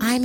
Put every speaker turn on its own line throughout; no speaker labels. I'm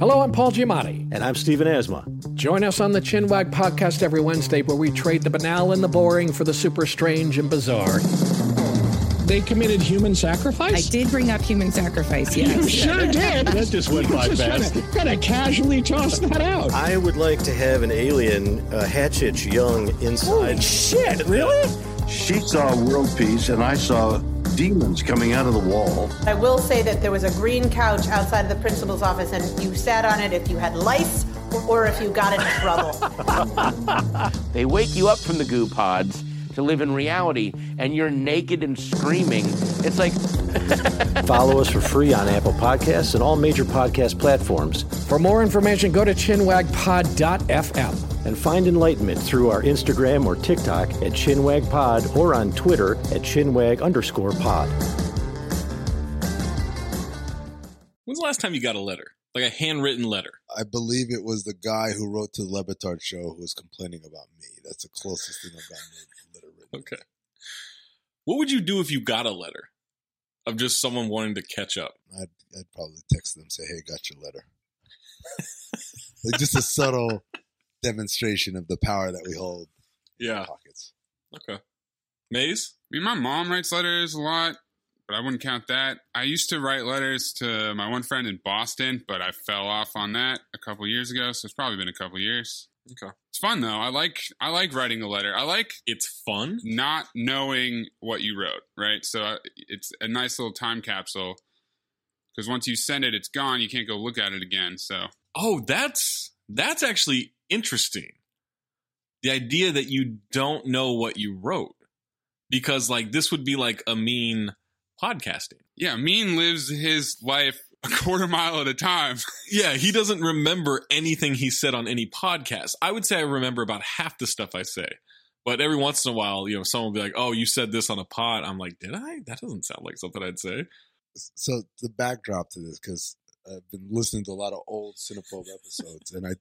Hello, I'm Paul Giamatti.
And I'm Stephen Asma.
Join us on the Chinwag podcast every Wednesday where we trade the banal and the boring for the super strange and bizarre. They committed human
I
sacrifice?
did bring up human sacrifice,
You
yes.
sure did.
That just went
You
by
just
fast.
Gotta, gotta casually toss that out.
I would like to have an alien uh, hatchet young inside.
Holy shit, really?
She saw world peace, and I saw demons coming out of the wall.
I will say that there was a green couch outside the principal's office, and you sat on it if you had lice or if you got into trouble.
They wake you up from the goo pods to live in reality, and you're naked and screaming. It's like,
Follow us for free on Apple Podcasts and all major podcast platforms.
For more information, go to chinwagpod.fm.
And find enlightenment through our Instagram or TikTok at Chinwag Pod or on Twitter at Chinwag underscore pod.
When's the last time you got a letter? Like a handwritten letter?
I believe it was the guy who wrote to the Levitard show who was complaining about me. That's the closest thing I've gotten to letter written.
Okay. What would you do if you got a letter of just someone wanting to catch up?
I'd, I'd probably text them say, "Hey, got your letter." like just a subtle demonstration of the power that we hold in
Yeah.
our pockets.
Okay. Maze?
My mom writes letters a lot, but I wouldn't count that. I used to write letters to my one friend in Boston, but I fell off on that a couple years ago, so it's probably been a couple years.
Okay.
It's fun though. I like I like writing a letter. I like
It's fun.
not knowing what you wrote, right? So uh, it's a nice little time capsule because once you send it, it's gone. You can't go look at it again. So
Oh, that's that's actually interesting. The idea that you don't know what you wrote. Because like this would be like a mean podcasting.
yeah, Mean lives his life a quarter mile at a time.
Yeah, he doesn't remember anything he said on any podcast. I would say I remember about half the stuff I say. But every once in a while, you know, someone will be like, "Oh, you said this on a pod." I'm like, "Did I? That doesn't sound like something I'd say."
So the backdrop to this, because I've been listening to a lot of old Cinephobe episodes, and I,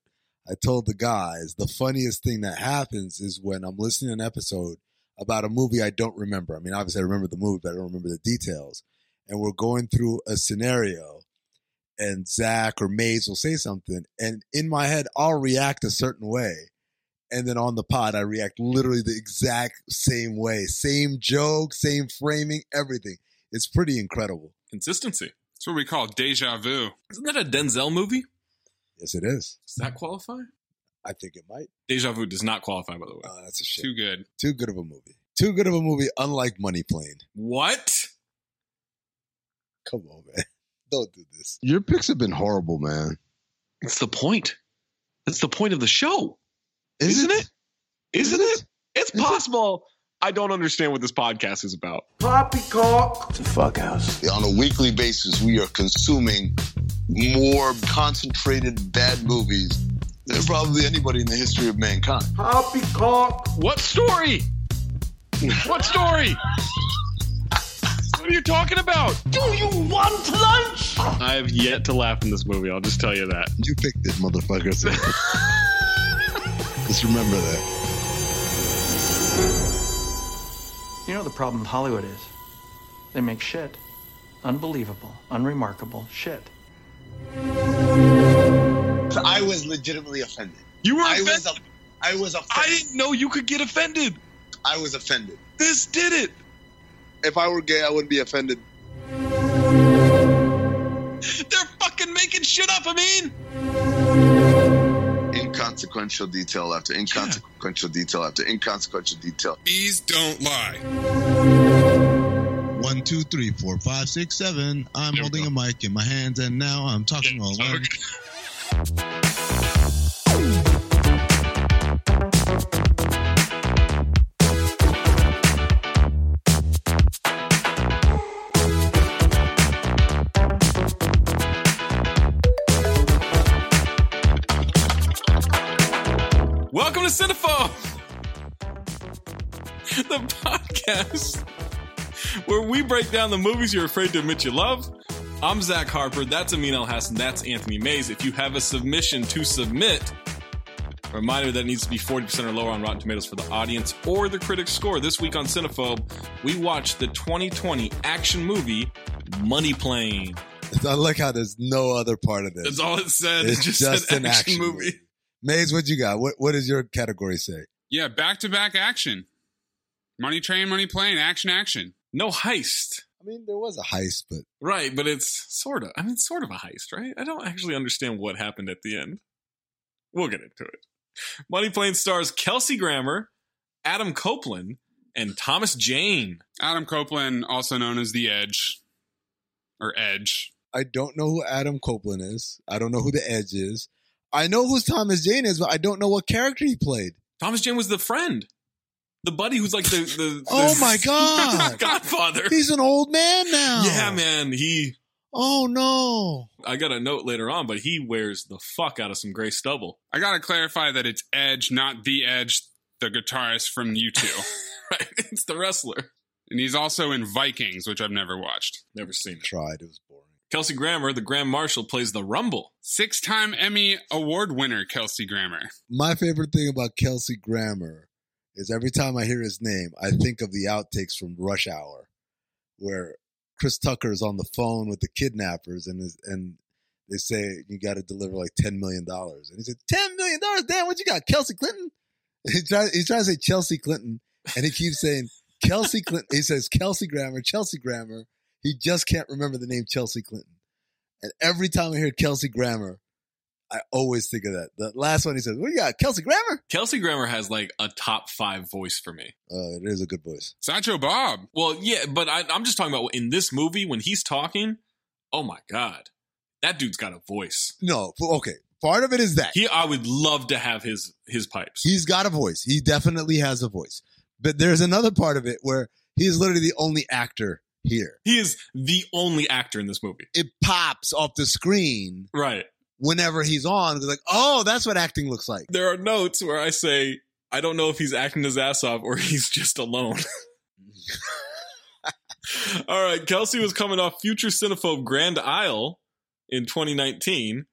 I told the guys the funniest thing that happens is when I'm listening to an episode about a movie I don't remember. I mean, obviously I remember the movie, but I don't remember the details. And we're going through a scenario, and Zach or Maze will say something, and in my head I'll react a certain way, and then on the pod I react literally the exact same way, same joke, same framing, everything. It's pretty incredible.
Consistency.
It's what we call deja vu.
Isn't that a Denzel movie?
Yes, it is.
Does that qualify?
I think it might.
Deja Vu does not qualify, by the way.
Oh, that's a shit.
Too good.
Too good of a movie. Too good of a movie. Unlike Money Plane.
What?
Come on, man. Don't do this.
Your picks have been horrible, man.
What's the point? That's the point of the show,
Is
isn't it? Isn't it? It's possible. I don't understand what this podcast is about.
Poppycock. It's a fuck house. On a weekly basis, we are consuming more concentrated bad movies than probably anybody in the history of mankind.
Poppycock. What story? What story? what are you talking about?
Do you want lunch?
I have yet to laugh in this movie. I'll just tell you that.
You picked it, motherfucker.
Just remember that.
You know the problem with Hollywood is? They make shit. Unbelievable, unremarkable shit.
I was legitimately offended.
You were
I was, a- I was offended. I didn't
know you could get offended.
I was offended.
This did it.
If I were gay, I wouldn't be offended.
Fucking making shit up. I mean,
Inconsequential detail after inconsequential detail after inconsequential detail.
Bees don't lie.
One, two, three, four, five, six, seven. I'm holding a mic in my hands, and now I'm talking all loud.
Welcome to Cinephile, the podcast where we break down the movies you're afraid to admit you love. I'm Zach Harper. That's Amin El Hassan. That's Anthony Mays. If you have a submission to submit, reminder that it needs to be 40% or lower on Rotten Tomatoes for the audience or the critics score. This week on Cinephobe, we watched the 2020 action movie Money Plane.
I like how there's no other part of this.
That's all it said.
It's
it just
just
said
an
action,
action
movie.
Maze, what you got? What What does your category say?
Yeah, back to back action. Money train, money plane, action, action.
No heist.
I mean, there was a heist, but
Right, but it's sort of. I mean, it's sort of a heist, right? I don't actually understand what happened at the end. We'll get into it. Money Plane stars Kelsey Grammer, Adam Copeland, and Thomas Jane.
Adam Copeland, also known as The Edge, or Edge.
I don't know who Adam Copeland is. I don't know who the Edge is. I know who Thomas Jane is, but I don't know what character he played.
Thomas Jane was the friend, the buddy who's like the the.
Oh
the-
my God.
Godfather.
He's an old man now.
yeah, man. He.
Oh no.
I got a note later on, but he wears the fuck out of some gray stubble.
I gotta clarify that it's Edge, not The Edge, the guitarist from U2.
right, it's the wrestler.
And he's also in Vikings, which I've never watched.
Never seen it.
Tried. It was boring.
Kelsey Grammer, the Grand Marshal, plays the Rumble.
Six time Emmy Award winner, Kelsey Grammer.
My favorite thing about Kelsey Grammer is every time I hear his name, I think of the outtakes from Rush Hour, where Chris Tucker is on the phone with the kidnappers and is, and they say you got to deliver like ten million dollars, and he said ten million dollars. Damn, what you got, Kelsey Clinton? He tries he's trying to say Chelsea Clinton, and he keeps saying Kelsey Clinton. He says Kelsey Grammer, Chelsea Grammer. He just can't remember the name Chelsea Clinton. And every time I hear Kelsey Grammer, I always think of that. The last one he says, "What do you got, Kelsey Grammer?"
Kelsey Grammer has like a top five voice for me.
Uh, it is a good voice.
Sancho Bob.
Well, yeah, but I, I'm just talking about in this movie when he's talking. Oh my god, that dude's got a voice.
No, but okay. Part of it is that
He, I would love to have his his pipes.
he's got a voice. He definitely has a voice. But there's another part of it where he's literally the only actor here.
He is the only actor in this movie.
It pops off the screen
Right.
whenever he's on. It's like, oh, that's what acting looks like.
There are notes where I say I don't know if he's acting his ass off or he's just alone. All right, Kelsey was coming off Future Cinephobe Grand Isle in 2019,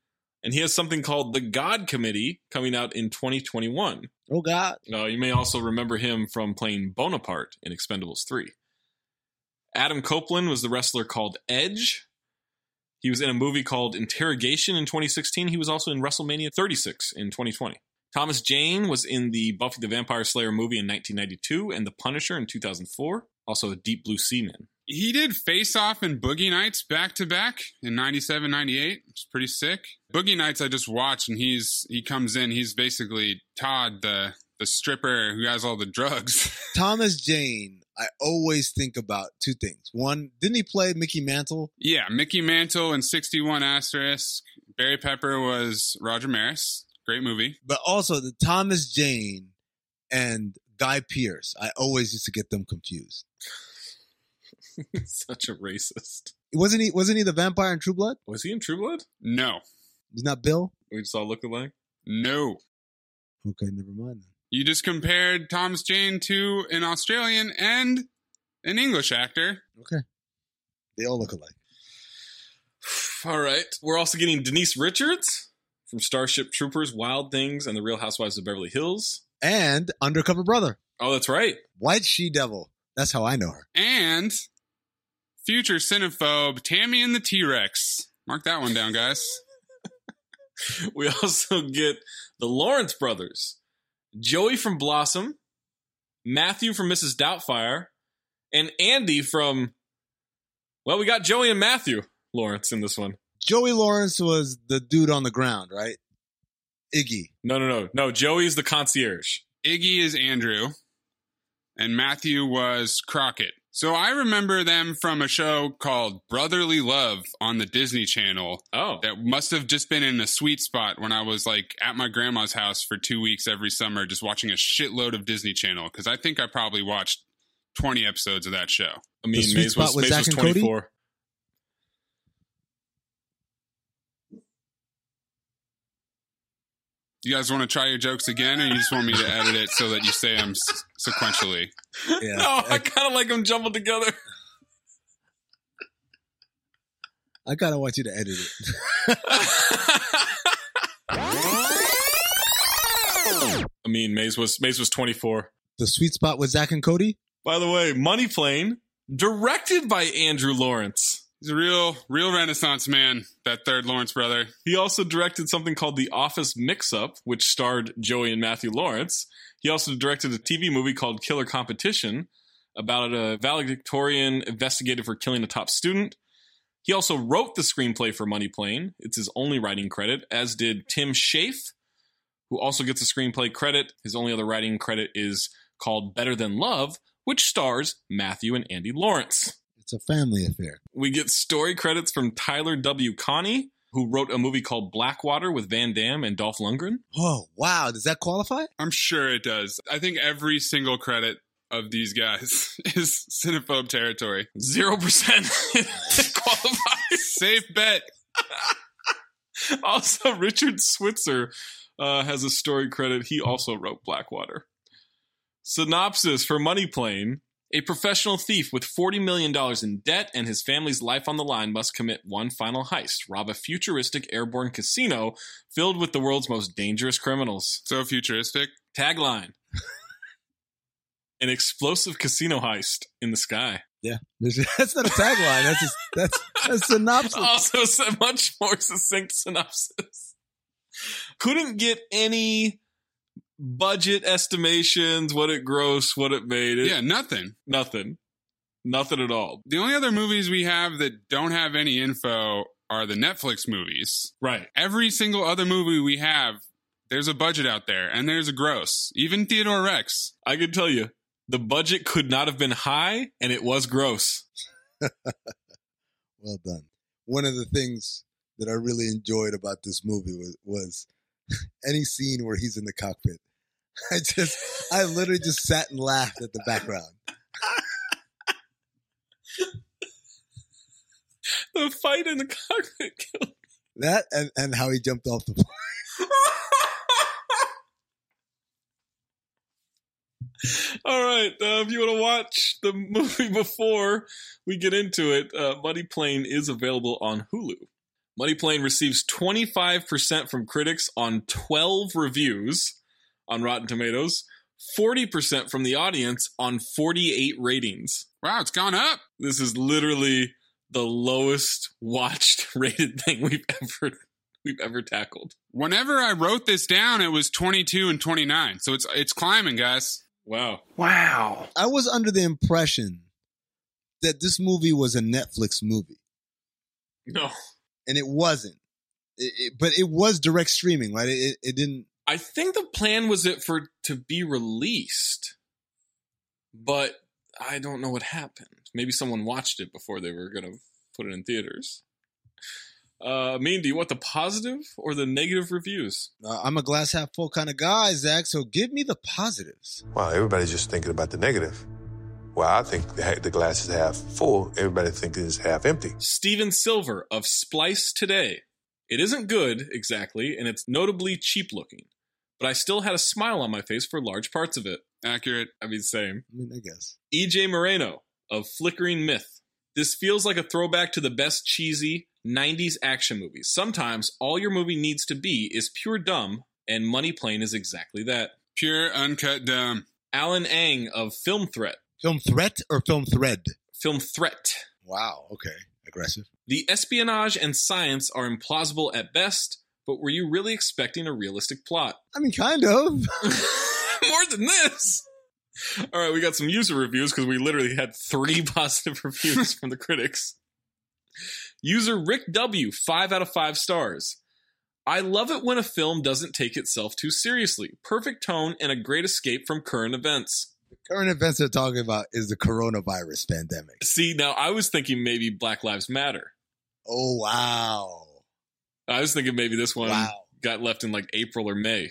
and he has something called The God Committee coming out in 2021.
Oh God,
Uh, you may also remember him from playing Bonaparte in Expendables 3. Adam Copeland was the wrestler called Edge. He was in a movie called Interrogation in 2016. He was also in WrestleMania 36 in 2020. Thomas Jane was in the Buffy the Vampire Slayer movie in 1992 and The Punisher in 2004. Also, Deep Blue Seaman.
He did Face Off and Boogie Nights back to back in 97, 98. It's pretty sick. Boogie Nights I just watched and he's he comes in, he's basically Todd the the stripper who has all the drugs.
Thomas Jane. I always think about two things. One, didn't he play Mickey Mantle?
yeah, Mickey Mantle and 61 Asterisk. Barry Pepper was Roger Maris. Great movie.
But also the Thomas Jane and Guy Pierce. I always used to get them confused.
Such a racist.
Wasn't he? Wasn't he the vampire in True Blood?
Was he in True Blood? No.
He's not Bill.
We just all look alike? No.
Okay, never mind.
You just compared Thomas Jane to an Australian and an English actor.
Okay. They all look alike.
All right. We're also getting Denise Richards from Starship Troopers, Wild Things, and The Real Housewives of Beverly Hills.
And undercover brother,
Oh, that's right.
White She Devil. That's how I know her.
And future cinephobe Tammy and the T Rex. Mark that one down, guys.
We also get the Lawrence brothers, Joey from Blossom, Matthew from Mrs. Doubtfire, and Andy from. Well, we got Joey and Matthew Lawrence in this one.
Joey Lawrence was the dude on the ground, right? Iggy.
No, no, no, no. Joey's the concierge.
Iggy is Andrew, and Matthew was Crockett. So I remember them from a show called Brotherly Love on the Disney Channel.
Oh.
That must have just been in a sweet spot when I was like at my grandma's house for two weeks every summer, just watching a shitload of Disney Channel, because I think I probably watched 20 episodes of that show.
I mean,
sweet
Maze
spot
was,
was
Maze
Zack
was
and Cody?
24.
You guys want to try your jokes again, or you just want me to edit it so that you say them s- sequentially?
Yeah.
No, I kind of like them jumbled together.
I gotta want you to edit it.
I mean, Maze was Maze was 24.
The sweet spot with Zach and Cody.
By the way, Money Plane, directed by Andrew Lawrence.
He's a real, real Renaissance man, that third Lawrence brother.
He also directed something called The Office Mix Up, which starred Joey and Matthew Lawrence. He also directed a TV movie called Killer Competition about a valedictorian investigated for killing a top student. He also wrote the screenplay for Money Plane. It's his only writing credit, as did Tim Schafe, who also gets a screenplay credit. His only other writing credit is called Better Than Love, which stars Matthew and Andy Lawrence.
It's a family affair.
We get story credits from Tyler W. Connie, who wrote a movie called Blackwater with Van Damme and Dolph Lundgren.
Oh wow, does that qualify?
I'm sure it does. I think every single credit of these guys is cinephobe territory.
Zero percent qualifies.
Safe bet.
Also, Richard Switzer uh, has a story credit. He also wrote Blackwater. Synopsis for Money Plane. A professional thief with $40 million in debt and his family's life on the line must commit one final heist rob a futuristic airborne casino filled with the world's most dangerous criminals.
So futuristic.
Tagline An explosive casino heist in the sky.
Yeah, that's not a tagline. That's just, that's that's synopsis.
Also, a much more succinct synopsis. Couldn't get any budget estimations, what it grossed, what it made. It,
Yeah, nothing.
Nothing. Nothing at all.
The only other movies we have that don't have any info are the Netflix movies.
Right.
Every single other movie we have, there's a budget out there and there's a gross. Even Theodore Rex.
I can tell you, the budget could not have been high, and it was gross.
Well done. One of the things that I really enjoyed about this movie was, was any scene where he's in the cockpit. I just, I literally just sat and laughed at the background.
The fight in the cockpit killed.
That and, and how he jumped off the plane.
All right. Uh, if you want to watch the movie before we get into it, uh, Muddy Plane is available on Hulu. Muddy Plane receives 25% from critics on 12 reviews on Rotten Tomatoes, 40% from the audience on 48 ratings.
Wow, it's gone up.
This is literally the lowest watched rated thing we've ever we've ever tackled.
Whenever I wrote this down, it was 22 and 29. So it's it's climbing, guys.
Wow.
Wow.
I was under the impression that this movie was a Netflix movie,
No.
and it wasn't. It, it, but it was direct streaming, right? It, it, it didn't.
I think the plan was it for to be released, but I don't know what happened. Maybe someone watched it before they were gonna put it in theaters. Uh, mean, do you want the positive or the negative reviews?
Uh, I'm a glass half full kind of guy, Zach. So give me the positives.
Wow, everybody's just thinking about the negative. Well, I think the, ha- the glass is half full. Everybody thinks it's half empty.
Steven Silver of Splice Today. It isn't good, exactly, and it's notably cheap looking, but I still had a smile on my face for large parts of it. Accurate, I mean, same.
I mean, I guess.
EJ Moreno of Flickering Myth. This feels like a throwback to the best cheesy 90s action movies. Sometimes all your movie needs to be is pure dumb, and Money Plane is exactly that.
Pure uncut dumb.
Alan Ang of Film Threat.
Film threat or film thread?
Film Threat.
Wow. Okay. Aggressive.
The espionage and science are implausible at best, but were you really expecting a realistic plot?
I mean, kind of.
More than this! All right, we got some user reviews because we literally had three positive reviews from the critics. User Rick W, five out of five stars. I love it when a film doesn't take itself too seriously. Perfect tone and a great escape from current events.
The current events they're talking about is the coronavirus pandemic.
See, now I was thinking maybe Black Lives Matter.
Oh, wow.
I was thinking maybe this one wow. got left in like April or May.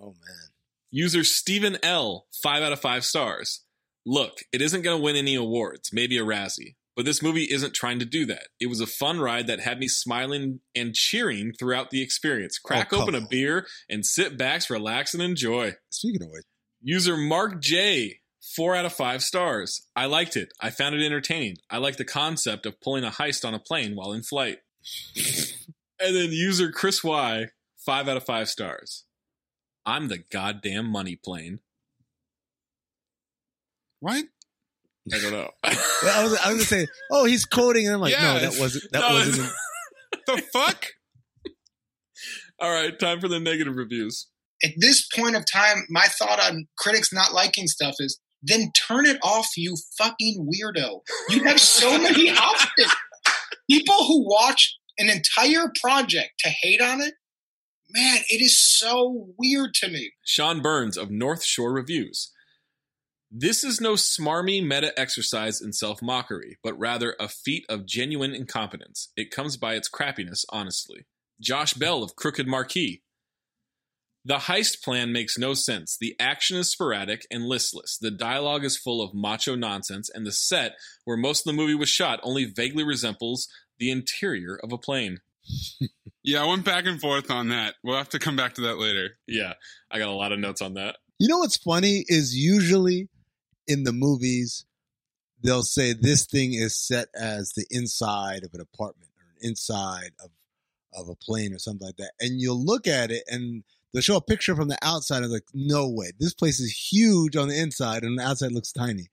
Oh, man.
User Stephen L, five out of five stars. Look, it isn't going to win any awards, maybe a Razzie, but this movie isn't trying to do that. It was a fun ride that had me smiling and cheering throughout the experience. Crack
Oh, come
open a
on.
beer and sit back, relax, and enjoy.
Speaking of which,
User Mark J, four out of five stars. I liked it. I found it entertaining. I like the concept of pulling a heist on a plane while in flight. and then user Chris Y, five out of five stars. I'm the goddamn money plane.
What?
I don't know.
I was, I was gonna say, oh, he's quoting, and I'm like,
Yeah,
no,
it's-
that wasn't. That
no,
wasn't.
it's- the fuck? All right, time for the negative reviews.
at this point of time, my thought on critics not liking stuff is then turn it off, you fucking weirdo. You have so many options. People who watch an entire project to hate on it, man, it is so weird to me.
Sean Burns of North Shore Reviews. This is no smarmy meta exercise in self mockery, but rather a feat of genuine incompetence. It comes by its crappiness, honestly. Josh Bell of Crooked Marquee. The heist plan makes no sense. The action is sporadic and listless. The dialogue is full of macho nonsense, and the set where most of the movie was shot only vaguely resembles the interior of a plane.
Yeah, I went back and forth on that. We'll have to come back to that later.
Yeah, I got a lot of notes on that.
You know what's funny is usually in the movies they'll say this thing is set as the inside of an apartment or an inside of of a plane or something like that, and you'll look at it and they'll show a picture from the outside and like, no way, this place is huge on the inside and the outside looks tiny.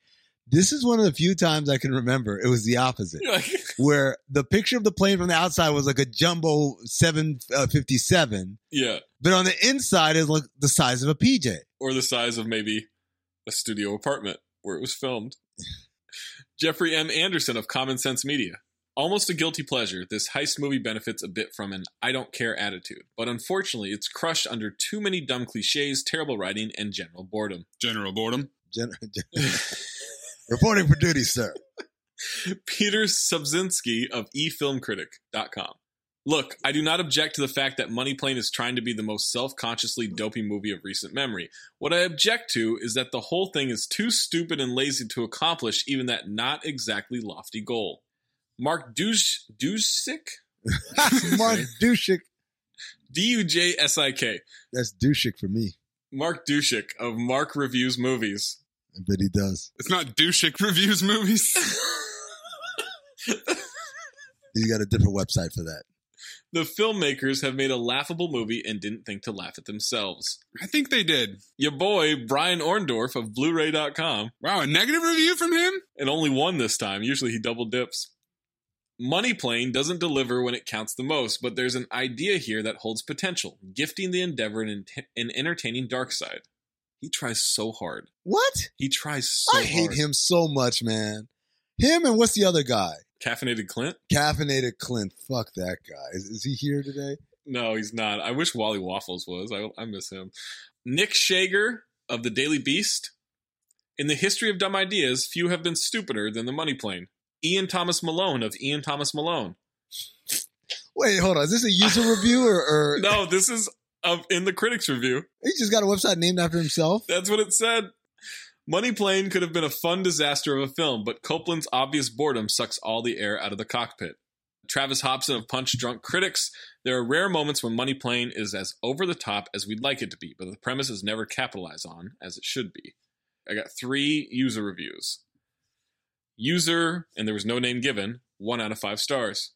This is one of the few times I can remember it was the opposite. where the picture of the plane from the outside was like a jumbo 757,
Yeah,
but on the inside is like the size of a PJ.
or the size of maybe a studio apartment where it was filmed. Jeffrey M. Anderson of Common Sense Media. Almost a guilty pleasure, this heist movie benefits a bit from an I don't care attitude, but unfortunately it's crushed under too many dumb cliches, terrible writing, and general boredom.
General boredom.
Gen- Reporting for duty, sir.
Peter Subzinski of e efilmcritic.com. Look, I do not object to the fact that Money Plane is trying to be the most self consciously dopey movie of recent memory. What I object to is that the whole thing is too stupid and lazy to accomplish even that not exactly lofty goal. Mark Dus Dusick?
Mark Dushik.
D U J S I K.
That's Dushik for me.
Mark Dusick of Mark Reviews Movies.
I bet he does.
It's not doucheick reviews movies.
He's got a different website for that.
The filmmakers have made a laughable movie and didn't think to laugh at themselves.
I think they did.
Your boy, Brian Orndorff of Blu-ray.com.
Wow, a negative review from him?
And only one this time. Usually he double dips. Money Plane doesn't deliver when it counts the most, but there's an idea here that holds potential, gifting the endeavor an, ent- an entertaining dark side. He tries so hard.
What?
He tries so
I hate
hard.
him so much, man. Him and what's the other guy?
Caffeinated Clint?
Caffeinated Clint. Fuck that guy. Is, is he here today?
No, he's not. I wish Wally Waffles was. I, I miss him. Nick Shager of the Daily Beast. In the history of dumb ideas, few have been stupider than the money plane. Ian Thomas Malone of Ian Thomas Malone.
Wait, hold on. Is this a user review or, or
No, this is of in the critics review.
he just got a website named after himself?
That's what it said. Money Plane could have been a fun disaster of a film, but Copeland's obvious boredom sucks all the air out of the cockpit. Travis Hobson of Punch Drunk Critics. There are rare moments when Money Plane is as over the top as we'd like it to be, but the premise is never capitalized on as it should be. I got three user reviews. User, and there was no name given, one out of five stars.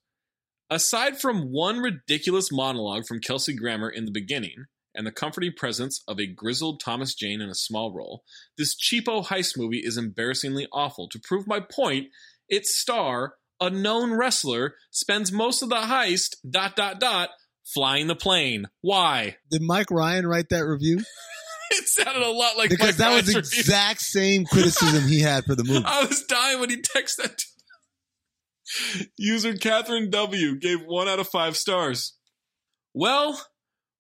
Aside from one ridiculous monologue from Kelsey Grammer in the beginning, and the comforting presence of a grizzled Thomas Jane in a small role, this cheapo heist movie is embarrassingly awful. To prove my point, its star, a known wrestler, spends most of the heist, dot dot dot, flying the plane. Why?
Did Mike Ryan write that review?
It sounded a lot like
Because
Mike
that was
Ryan's
the
review.
exact same criticism he had for the movie.
I was dying when he texted that. to me. User Catherine W gave one out of five stars. Well,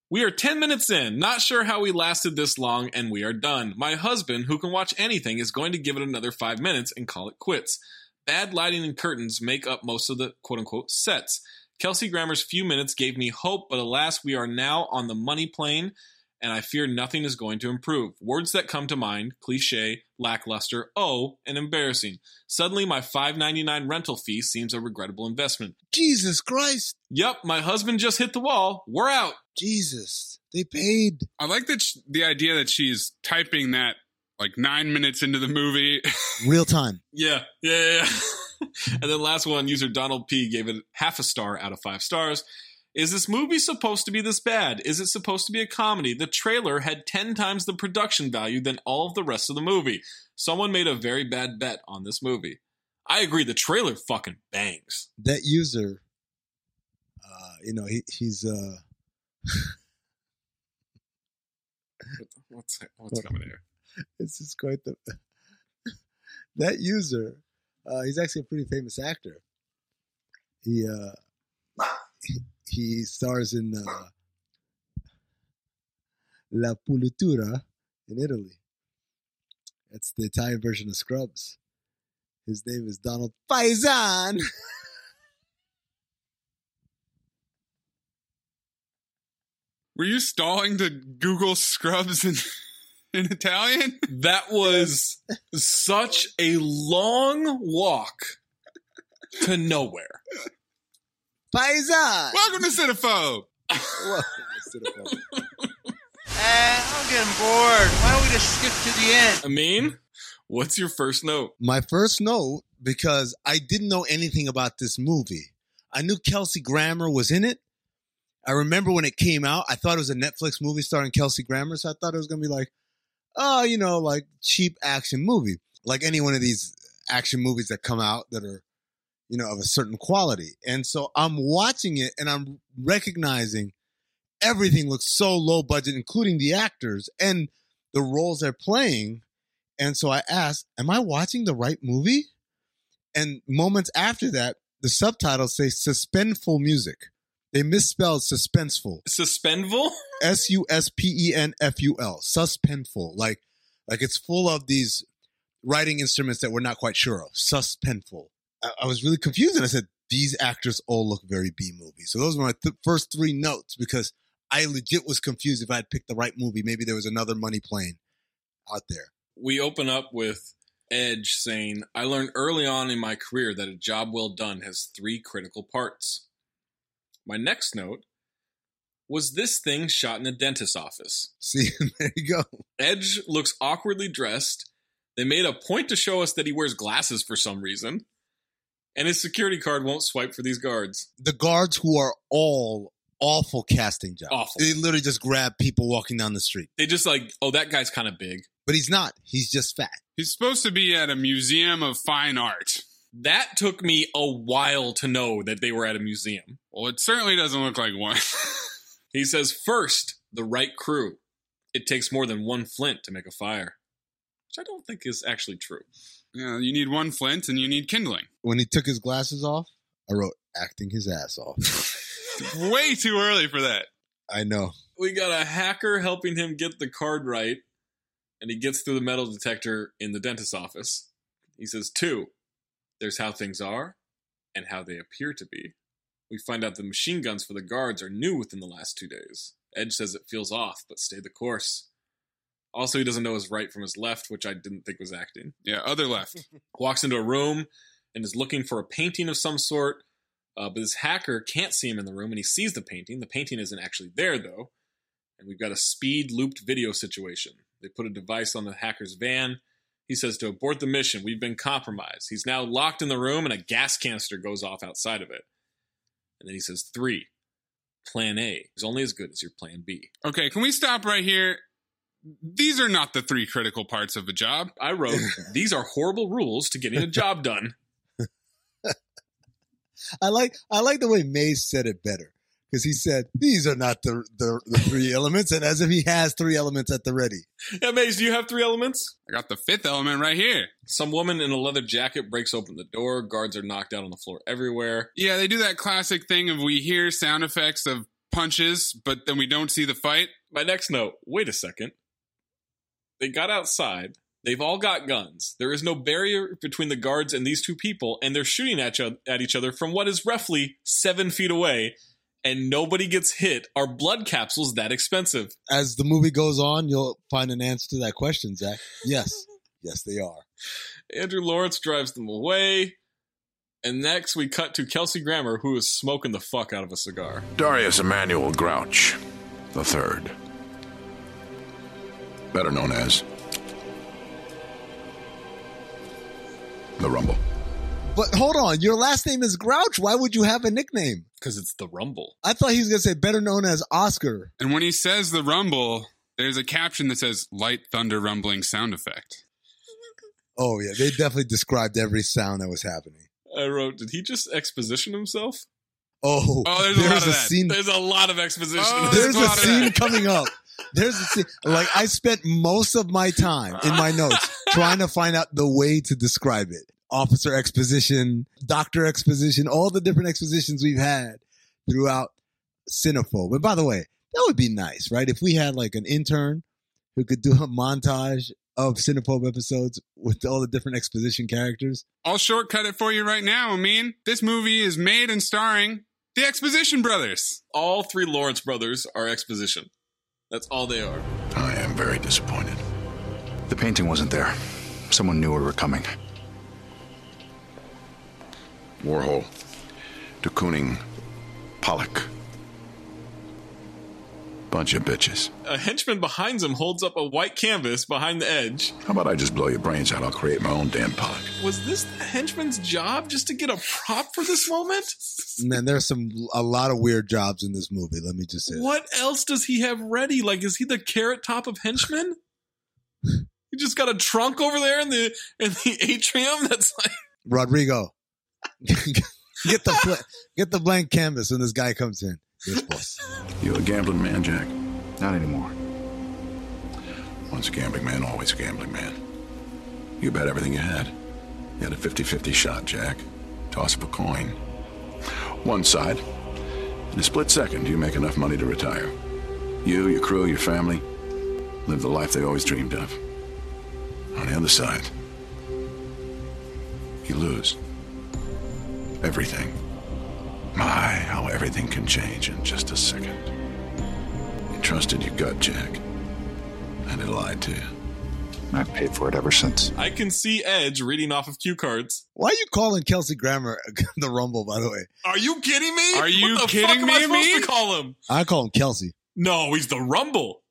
we are 10 minutes in. Not sure how we lasted this long, and we are done. My husband, who can watch anything, is going to give it another five minutes and call it quits. Bad lighting and curtains make up most of the quote unquote sets. Kelsey Grammer's few minutes gave me hope, but alas, we are now on the money plane, and I fear nothing is going to improve. Words that come to mind cliche, lackluster, oh, and embarrassing. Suddenly, my $5.99 rental fee seems a regrettable investment.
Jesus Christ.
Yep, my husband just hit the wall. We're out.
Jesus. They paid.
I like that sh- the idea that she's typing that like nine minutes into the movie.
Real time.
Yeah, yeah, yeah. yeah. and then last one, user Donald P gave it half a star out of five stars. Is this movie supposed to be this bad? Is it supposed to be a comedy? The trailer had 10 times the production value than all of the rest of the movie. Someone made a very bad bet on this movie. I agree, the trailer fucking bangs.
That user, uh, you know, he, he's uh,
What's, what's coming here?
this is quite the that user. Uh, he's actually a pretty famous actor. He uh, he- he stars in uh, La Pulitura in Italy. That's the Italian version of Scrubs. His name is Donald Faison.
Were you stalling to Google Scrubs in, in Italian?
That was such a long walk to nowhere.
Faison.
Welcome to Cinephobe.
I'm getting bored. Why don't we just skip to the end?
I mean, what's your first note?
My first note because I didn't know anything about this movie. I knew Kelsey Grammer was in it. I remember when it came out, I thought it was a Netflix movie starring Kelsey Grammer, so I thought it was gonna be like, oh, you know, like cheap action movie, like any one of these action movies that come out that are, you know, of a certain quality. And so I'm watching it and I'm recognizing everything looks so low budget, including the actors and the roles they're playing. And so I asked, Am I watching the right movie? And moments after that, the subtitles say suspenseful music. They misspelled suspenseful.
Suspendful?
S U S P E N F U L. Suspenseful. Like like it's full of these writing instruments that we're not quite sure of. Suspenseful. I, I was really confused and I said, these actors all look very B movie. So those were my th- first three notes because I legit was confused if I had picked the right movie. Maybe there was another money plane out there.
we open up with Edge saying, I learned early on in my career that a job well done has three critical parts. My next note was this thing shot in a dentist's office.
See, there you go.
Edge looks awkwardly dressed. They made a point to show us that he wears glasses for some reason. And his security card won't swipe for these guards.
the guards who are all awful casting jobs.
Awful.
They literally just grab people walking down the street.
They just like, oh, that guy's kind of big.
But he's not. He's just fat.
He's supposed to be at a museum of fine art.
That took me a while to know that they were at a museum.
Well, it certainly doesn't look like one.
He says, first, the right crew. It takes more than one flint to make a fire, which I don't think is actually true.
you, know, you need one flint and you need kindling.
When he took his glasses off, I wrote acting his ass off.
Way too early for that.
I know.
We got a hacker helping him get the card right, and he gets through the metal detector in the dentist's office. He says, two, there's how things are and how they appear to be. We find out the machine guns for the guards are new within the last two days. Edge says it feels off, but stay the course. Also, he doesn't know his right from his left, which I didn't think was acting. Yeah, other left. Walks into a room and is looking for a painting of some sort, uh, but this hacker can't see him in the room and he sees the painting. The painting isn't actually there, though. And we've got a speed looped video situation. They put a device on the hacker's van. He says to abort the mission. We've been compromised. He's now locked in the room and a gas canister goes off outside of it. And then he says, Three, plan A is only as good as your plan B.
Okay, can we stop right here? These are not the three critical parts of a job.
I wrote, These are horrible rules to getting a job done.
I like I like the way Mays said it better because he said these are not the, the the three elements, and as if he has three elements at the ready.
Yeah, Maze, do you have three elements?
I got the fifth element right here.
Some woman in a leather jacket breaks open the door. Guards are knocked out on the floor everywhere.
Yeah, they do that classic thing of we hear sound effects of punches, but then we don't see the fight.
My next note wait a second. They got outside. They've all got guns. There is no barrier between the guards and these two people, and they're shooting at, each- at each other from what is roughly seven feet away, and nobody gets hit. Are blood capsules that expensive?
As the movie goes on, you'll find an answer to that question, Zach. Yes, yes, they are.
Andrew Lawrence drives them away. And next, we cut to Kelsey Grammer, who is smoking the fuck out of a cigar.
Darius Emmanuel Grouch the Third, better known as the Rumble.
But hold on, your last name is Grouch. Why would you have a nickname?
Because it's the Rumble.
I thought he was gonna say better known as Oscar.
And when he says the rumble, there's a caption that says light thunder rumbling sound effect.
Oh yeah, they definitely described every sound that was happening.
I wrote, did he just exposition himself?
Oh,
Oh, there's, a lot of that.
scene.
There's a lot of exposition.
Oh,
in this
there's a
plot.
scene coming up. There's a scene. Like I spent most of my time in my notes trying to find out the way to describe it. Officer exposition, doctor exposition, all the different expositions we've had throughout Cinephobe. And by the way, that would be nice, right? If we had like an intern who could do a montage of Cinephobe episodes with all the different exposition characters.
I'll shortcut it for you right now. I mean, this movie is made and starring the Exposition Brothers.
All three Lawrence brothers are exposition. That's all they are.
I am very disappointed. The painting wasn't there. Someone knew we were coming. Warhol, de Kooning, Pollock. Bunch of bitches.
A henchman behind him holds up a white canvas behind the edge.
How about I just blow your brains out? I'll create my own damn Pollock.
Was this the henchman's job just to get a prop for this moment?
Man, there's some a lot of weird jobs in this movie. Let me just say. that.
What else does he have ready? Like, is he the carrot top of henchmen? He just got a trunk over there in the in the atrium. That's like
Rodrigo, get the pla- get the blank canvas when this guy comes in. Yes, boss.
You a gambling man, Jack? Not anymore. Once a gambling man, always a gambling man. You bet everything you had. You had a 50 50 shot, Jack. Toss up a coin. One side. In a split second, you make enough money to retire. You, your crew, your family live the life they always dreamed of. On the other side, you lose everything. My, how everything can change in just a second. You trusted your gut, Jack, and it lied to you. I've paid for it ever since.
I can see Edge reading off of cue cards.
Why are you calling Kelsey Grammer the Rumble? By the way,
Are you kidding me?
Are you
what the fuck
kidding
Am
me,
I supposed
me?
to call him?
I call him Kelsey.
No, he's the Rumble.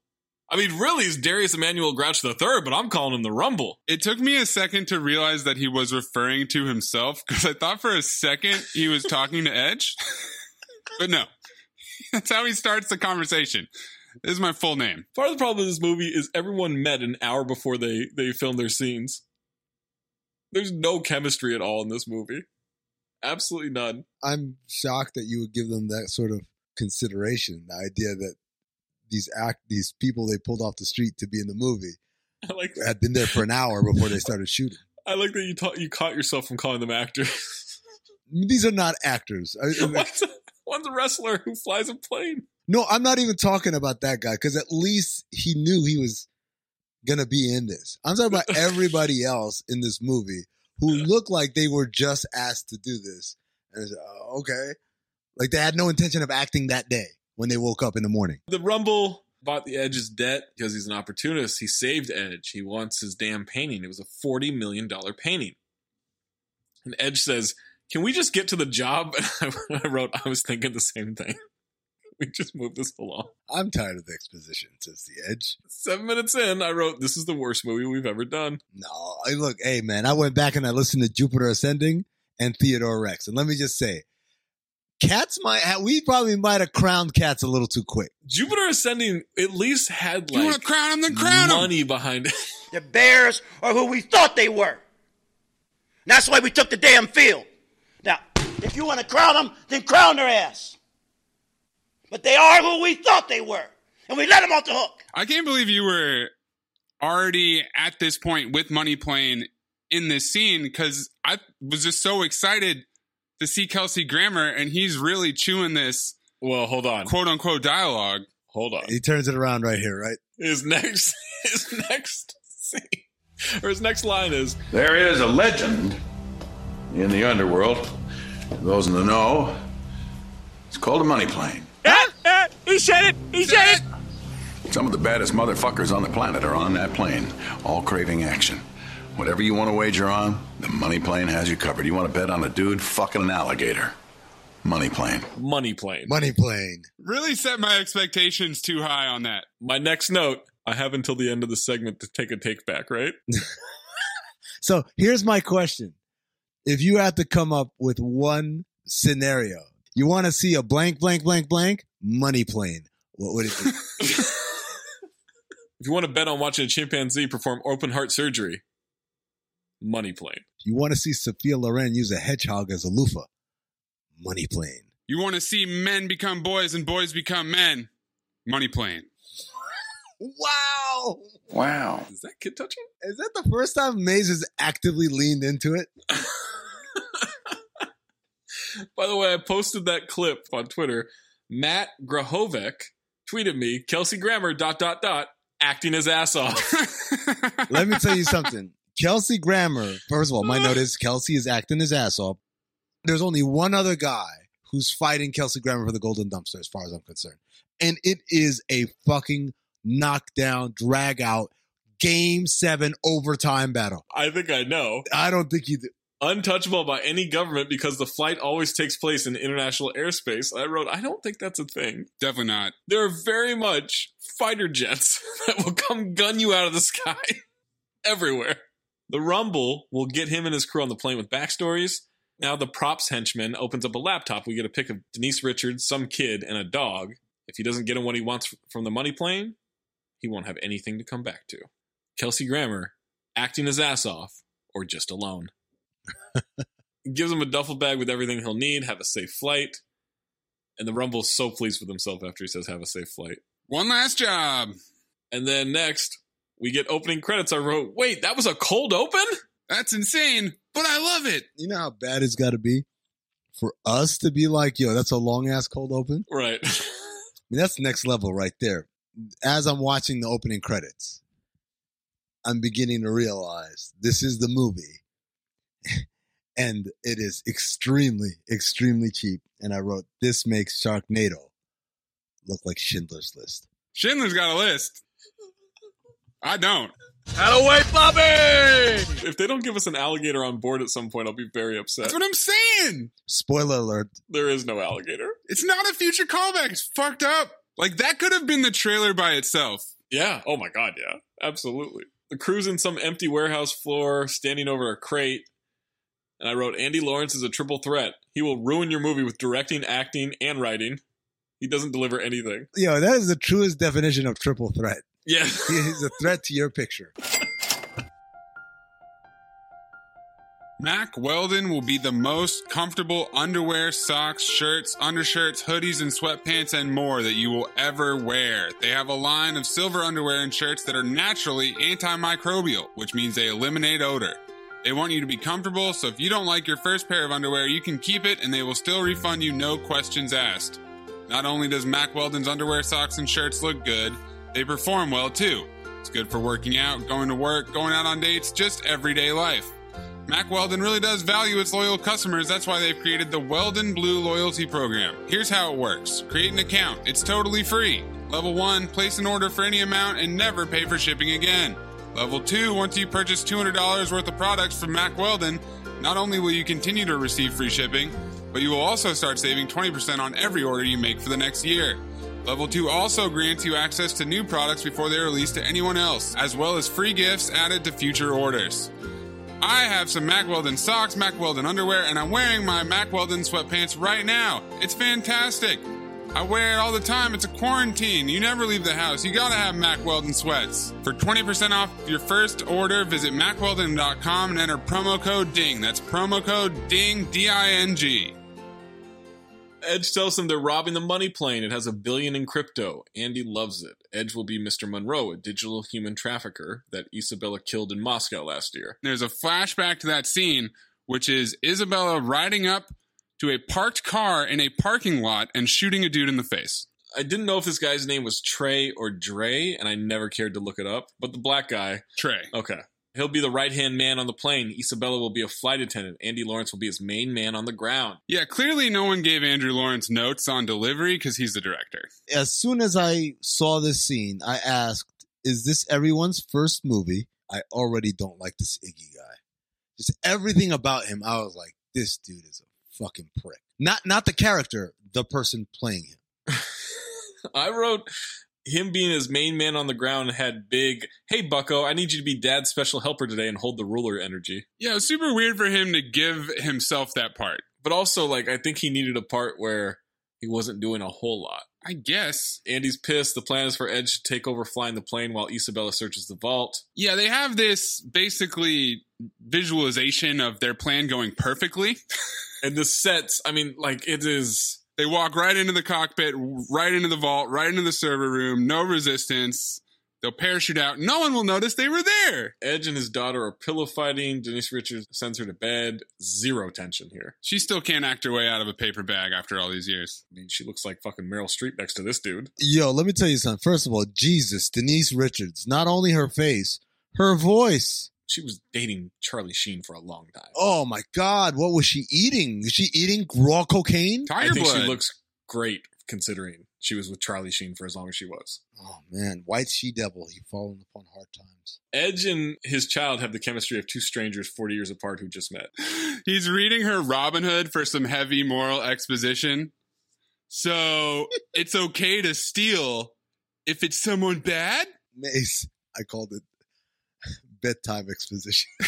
I mean, really, he's Darius Emmanuel Grouch the Third, but I'm calling him the Rumble.
It took me a second to realize that he was referring to himself because I thought for a second he was talking to Edge. but no, that's how he starts the conversation. This is my full name.
Part of the problem with this movie is everyone met an hour before they they filmed their scenes. There's no chemistry at all in this movie. Absolutely none.
I'm shocked that you would give them that sort of consideration. The idea that these act these people they pulled off the street to be in the movie
I like
had been there for an hour before they started shooting.
I like that you taught you caught yourself from calling them actors.
These are not actors. I- I-
one's, a, one's a wrestler who flies a plane.
No, I'm not even talking about that guy because at least he knew he was gonna be in this. I'm talking about everybody else in this movie who looked like they were just asked to do this. And it's, uh, okay, Like they had no intention of acting that day when they woke up in the morning.
The Rumble bought the Edge's debt because he's an opportunist. He saved Edge. He wants his damn painting. It was a $40 million painting. And Edge says, Can we just get to the job? And I wrote, I was thinking the same thing. We just move this along.
I'm tired of the exposition, says the Edge.
Seven minutes in, I wrote, This is the worst movie we've ever done.
No, I look, hey man, I went back and I listened to Jupiter Ascending and Theodore Rex, and let me just say, Cats might ha we probably might have crowned Cats a little too quick.
Jupiter Ascending at least had
You
like
wanna crown 'em, then crown 'em.
money behind it.
The Bears are who we thought they were. And that's why we took the damn field. Now, if you want to crown them, then crown their ass. But they are who we thought they were. And we let them off the hook.
I can't believe you were already at this point with Money playing in this scene because I was just so excited to see Kelsey Grammer and he's really chewing this.
Well, hold on.
Quote unquote dialogue.
Hold on.
He turns it around right here, right?
His next, his next scene, or his next line is,
There is a legend in the underworld. Those in the know, it's called a money plane.
Eh, he said it. He said it.
Some of the baddest motherfuckers on the planet are on that plane, all craving action. Whatever you want to wager on, the money plane has you covered. You want to bet on a dude fucking an alligator? Money plane.
Money plane.
Money plane.
Really set my expectations too high on that.
My next note, I have until the end of the segment to take a take back, right?
So here's my question. If you have to come up with one scenario, you want to see a blank, blank, blank, blank money plane. What would it be?
If you want to bet on watching a chimpanzee perform open heart surgery, money plane.
you want to see Sophia Loren use a hedgehog as a loofah. Money plane.
You want to see men become boys and boys become men. Money playing.
Wow.
Wow.
Is that kid touching?
Is that the first time Maze has actively leaned into it?
By the way, I posted that clip on Twitter. Matt Grahovec tweeted me, Kelsey Grammer, dot, dot, dot, acting his ass off.
Let me tell you something. Kelsey Grammer, first of all, my note is Kelsey is acting his ass off. There's only one other guy who's fighting Kelsey Grammer for the golden dumpster, as far as I'm concerned. And it is a fucking knockdown, drag out, game seven overtime battle.
I think I know.
I don't think you do.
Untouchable by any government because the flight always takes place in international airspace. I wrote, I don't think that's a thing.
Definitely not.
There are very much fighter jets that will come gun you out of the sky everywhere. The Rumble will get him and his crew on the plane with backstories. Now the props henchman opens up a laptop. We get a pic of Denise Richards, some kid, and a dog. If he doesn't get him what he wants from the money plane, he won't have anything to come back to. Kelsey Grammer acting his ass off or just alone. Gives him a duffel bag with everything he'll need, have a safe flight. And the Rumble's so pleased with himself after he says, Have a safe flight.
One last job.
And then next, we get opening credits. I wrote, Wait, that was a cold open?
That's insane, but I love it.
You know how bad it's got to be for us to be like, yo, that's a long ass cold open?
Right.
I mean, that's next level right there. As I'm watching the opening credits, I'm beginning to realize this is the movie and it is extremely, extremely cheap. And I wrote, this makes Sharknado look like Schindler's List.
Schindler's got a list. I don't.
Out away, Bobby! If they don't give us an alligator on board at some point, I'll be very upset.
That's what I'm saying.
Spoiler alert.
There is no alligator.
It's not a future callback. It's fucked up. Like that could have been the trailer by itself.
Yeah. Oh my god, yeah. Absolutely. The crew's in some empty warehouse floor, standing over a crate. And I wrote, Andy Lawrence is a triple threat. He will ruin your movie with directing, acting, and writing. He doesn't deliver anything.
Yo, that is the truest definition of triple threat.
Yeah.
He's a threat to your picture.
Mac Weldon will be the most comfortable underwear, socks, shirts, undershirts, hoodies, and sweatpants and more that you will ever wear. They have a line of silver underwear and shirts that are naturally antimicrobial, which means they eliminate odor. They want you to be comfortable, so if you don't like your first pair of underwear, you can keep it and they will still refund you no questions asked. Not only does Mac Weldon's underwear, socks, and shirts look good, they perform well too. It's good for working out, going to work, going out on dates, just everyday life. Mack Weldon really does value its loyal customers. That's why they've created the Weldon Blue Loyalty Program. Here's how it works create an account, it's totally free. Level 1, place an order for any amount and never pay for shipping again. Level 2, once you purchase $200 worth of products from Mack Weldon, not only will you continue to receive free shipping, but you will also start saving 20% on every order you make for the next year. Level 2 also grants you access to new products before they are released to anyone else, as well as free gifts added to future orders. I have some Mack Weldon socks, Mack Weldon underwear, and I'm wearing my Mack Weldon sweatpants right now. It's fantastic. I wear it all the time. It's a quarantine. You never leave the house. You gotta have Mack Weldon sweats. For 20% off your first order, visit MackWeldon.com and enter promo code DING. That's promo code DING, D I N G.
Edge tells them they're robbing the money plane. It has a billion in crypto. Andy loves it. Edge will be Mr. Monroe, a digital human trafficker that Isabella killed in Moscow last year.
There's a flashback to that scene, which is Isabella riding up to a parked car in a parking lot and shooting a dude in the face.
I didn't know if this guy's name was Trey or Dre, and I never cared to look it up, but the black guy.
Trey.
Okay. He'll be the right hand man on the plane. Isabella will be a flight attendant. Andy Lawrence will be his main man on the ground.
Yeah, clearly no one gave Andrew Lawrence notes on delivery because he's the director.
As soon as I saw this scene, I asked, "Is this everyone's first movie?" I already don't like this Iggy guy. Just everything about him, I was like, "This dude is a fucking prick." Not not the character, the person playing him.
I wrote him being his main man on the ground had big, hey, bucko, I need you to be dad's special helper today and hold the ruler energy.
Yeah, it was super weird for him to give himself that part.
But also, like, I think he needed a part where he wasn't doing a whole lot.
I guess.
Andy's pissed. The plan is for Edge to take over flying the plane while Isabella searches the vault.
Yeah, they have this basically visualization of their plan going perfectly.
and the sets, I mean, like, it is.
They walk right into the cockpit, right into the vault, right into the server room, no resistance. They'll parachute out. No one will notice they were there.
Edge and his daughter are pillow fighting. Denise Richards sends her to bed. Zero tension here.
She still can't act her way out of a paper bag after all these years.
I mean, she looks like fucking Meryl Streep next to this dude.
Yo, let me tell you something. First of all, Jesus, Denise Richards, not only her face, her voice.
She was dating Charlie Sheen for a long time.
Oh my God, what was she eating? Is she eating raw cocaine?
Tiger I think blood. she looks great considering she was with Charlie Sheen for as long as she was.
Oh man, white she devil, he fallen upon hard times.
Edge and his child have the chemistry of two strangers 40 years apart who just met.
He's reading her Robin Hood for some heavy moral exposition. So it's okay to steal if it's someone bad?
Mace, I called it bedtime exposition.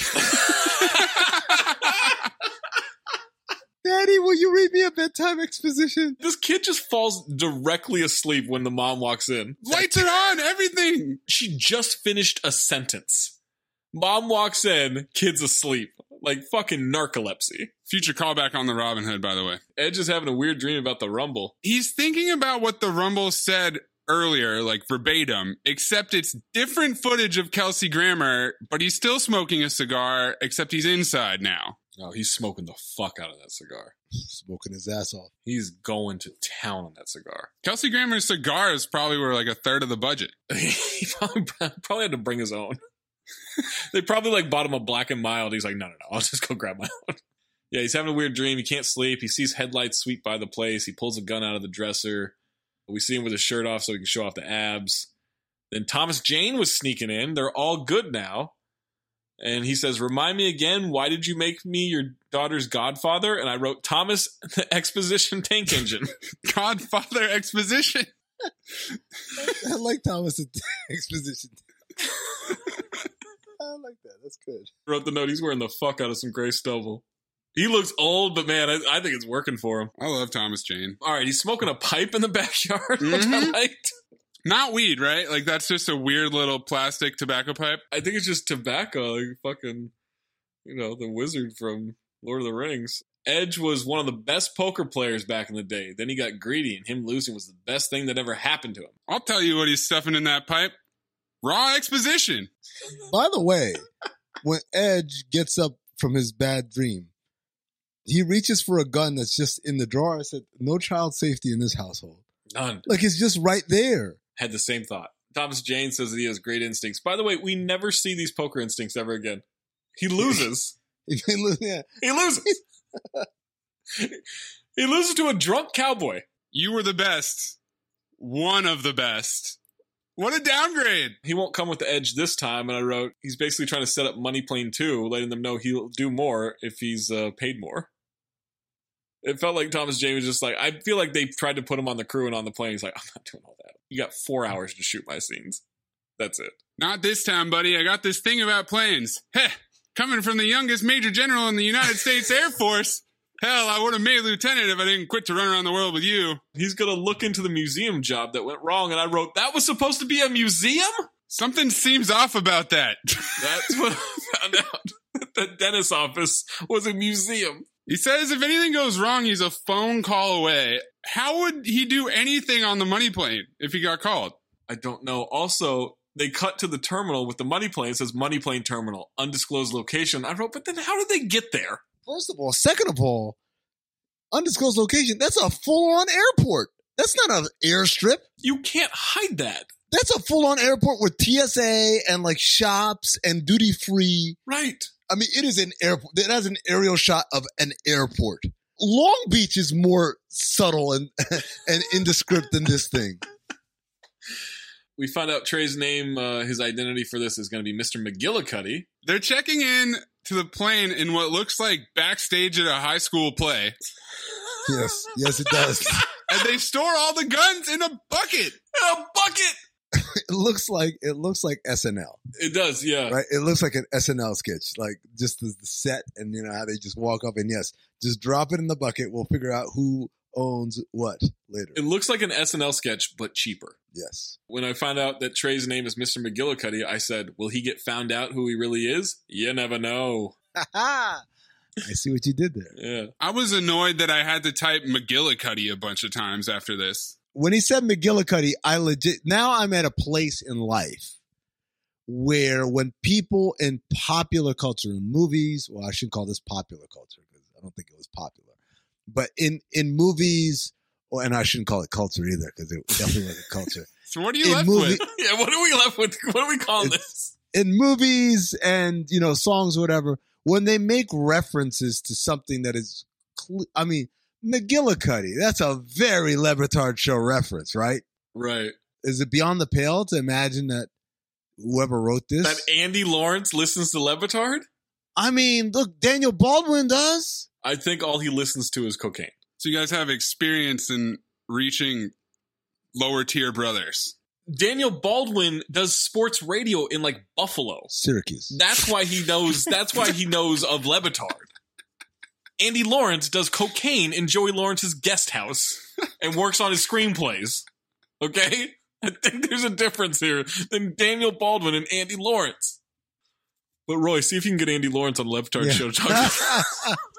Daddy, will you read me a bedtime exposition?
This kid just falls directly asleep when the mom walks in.
Lights are on, everything.
She just finished a sentence. Mom walks in, kid's asleep. Like fucking narcolepsy.
Future callback on the Robin Hood, by the way.
Edge is having a weird dream about the Rumble.
He's thinking about what the Rumble said earlier, like verbatim, except it's different footage of Kelsey Grammer, but he's still smoking a cigar, except he's inside now.
No, Oh, he's smoking the fuck out of that cigar.
Smoking his ass off.
He's going to town on that cigar.
Kelsey Grammer's cigars probably were like a third of the budget.
he probably, probably had to bring his own. they probably like bought him a black and mild. He's like, no, no, no, I'll just go grab my own. yeah, he's having a weird dream. He can't sleep. He sees headlights sweep by the place. He pulls a gun out of the dresser. We see him with his shirt off so he can show off the abs. Then Thomas Jane was sneaking in. They're all good now. And he says, Remind me again, why did you make me your daughter's godfather? And I wrote Thomas the Exposition Tank Engine.
godfather Exposition.
I like Thomas the Exposition. I like that. That's good.
Wrote the note. He's wearing the fuck out of some gray stubble. He looks old, but man, I, I, think it's working for him.
I love Thomas Jane.
All right, he's smoking a pipe in the backyard, mm-hmm. which I liked.
Not weed, right? Like that's just a weird little plastic tobacco pipe.
I think it's just tobacco, like fucking, you know, the wizard from Lord of the Rings. Edge was one of the best poker players back in the day. Then he got greedy, and him losing was the best thing that ever happened to him.
I'll tell you what he's stuffing in that pipe: raw exposition.
By the way, when Edge gets up from his bad dream, he reaches for a gun that's just in the drawer. I said, no child safety in this household.
None.
Like it's just right there.
Had the same thought. Thomas Jane says that he has great instincts. By the way, we never see these poker instincts ever again. He loses.
If he loses, yeah.
He loses. he loses to a drunk cowboy.
You were the best. One of the best. What a downgrade.
He won't come with the edge this time. And I wrote, he's basically trying to set up Money Plane 2, letting them know he'll do more if he's uh, paid more. It felt like Thomas Jane was just like, I feel like they tried to put him on the crew and on the plane. He's like, I'm not doing all that. You got four hours to shoot my scenes. That's it.
Not this time, buddy. I got this thing about planes. Heh. Coming from the youngest major general in the United States Air Force. Hell, I would have made lieutenant if I didn't quit to run around the world with you.
He's going to look into the museum job that went wrong. And I wrote, that was supposed to be a museum?
Something seems off about that.
That's what I found out. The dentist's office was a museum.
He says if anything goes wrong, he's a phone call away. How would he do anything on the money plane if he got called?
I don't know. Also, they cut to the terminal with the money plane. It says money plane terminal, undisclosed location. I wrote, but then how did they get there?
First of all, second of all, undisclosed location. That's a full-on airport. That's not an airstrip.
You can't hide that.
That's a full-on airport with TSA and like shops and duty-free.
Right.
I mean, it is an airport. That has an aerial shot of an airport. Long Beach is more subtle and and indescript than this thing.
we find out Trey's name, uh, his identity for this is going to be Mr. McGillicuddy.
They're checking in to the plane in what looks like backstage at a high school play.
Yes, yes, it does.
and they store all the guns in a bucket.
In a bucket.
it looks like it looks like SNL.
It does, yeah.
Right. It looks like an SNL sketch, like just the, the set, and you know how they just walk up and yes, just drop it in the bucket. We'll figure out who owns what later.
It looks like an SNL sketch, but cheaper.
Yes.
When I found out that Trey's name is Mr. McGillicuddy, I said, Will he get found out who he really is? You never know.
I see what you did there.
Yeah.
I was annoyed that I had to type McGillicuddy a bunch of times after this.
When he said McGillicuddy, I legit, now I'm at a place in life where when people in popular culture, in movies, well, I shouldn't call this popular culture because I don't think it was popular but in in movies, well, and I shouldn't call it culture either because it definitely wasn't culture.
so what are you
In
left
movie-
with?
Yeah, what are we left with? What do we call
It's-
this?
in movies and you know songs, or whatever, when they make references to something that is, cle- I mean, McGillicuddy. That's a very Levitard show reference, right?
Right.
Is it beyond the pale to imagine that whoever wrote this?
That Andy Lawrence listens to Levitard?
I mean, look, Daniel Baldwin does.
I think all he listens to is cocaine.
So you guys have experience in reaching lower tier brothers.
Daniel Baldwin does sports radio in like Buffalo.
Syracuse.
That's why he knows. That's why he knows of Levitard. Andy Lawrence does cocaine in Joey Lawrence's guest house and works on his screenplays. Okay, I think there's a difference here than Daniel Baldwin and Andy Lawrence. But Roy, see if you can get Andy Lawrence on Levitard
Yeah.
show. Talk-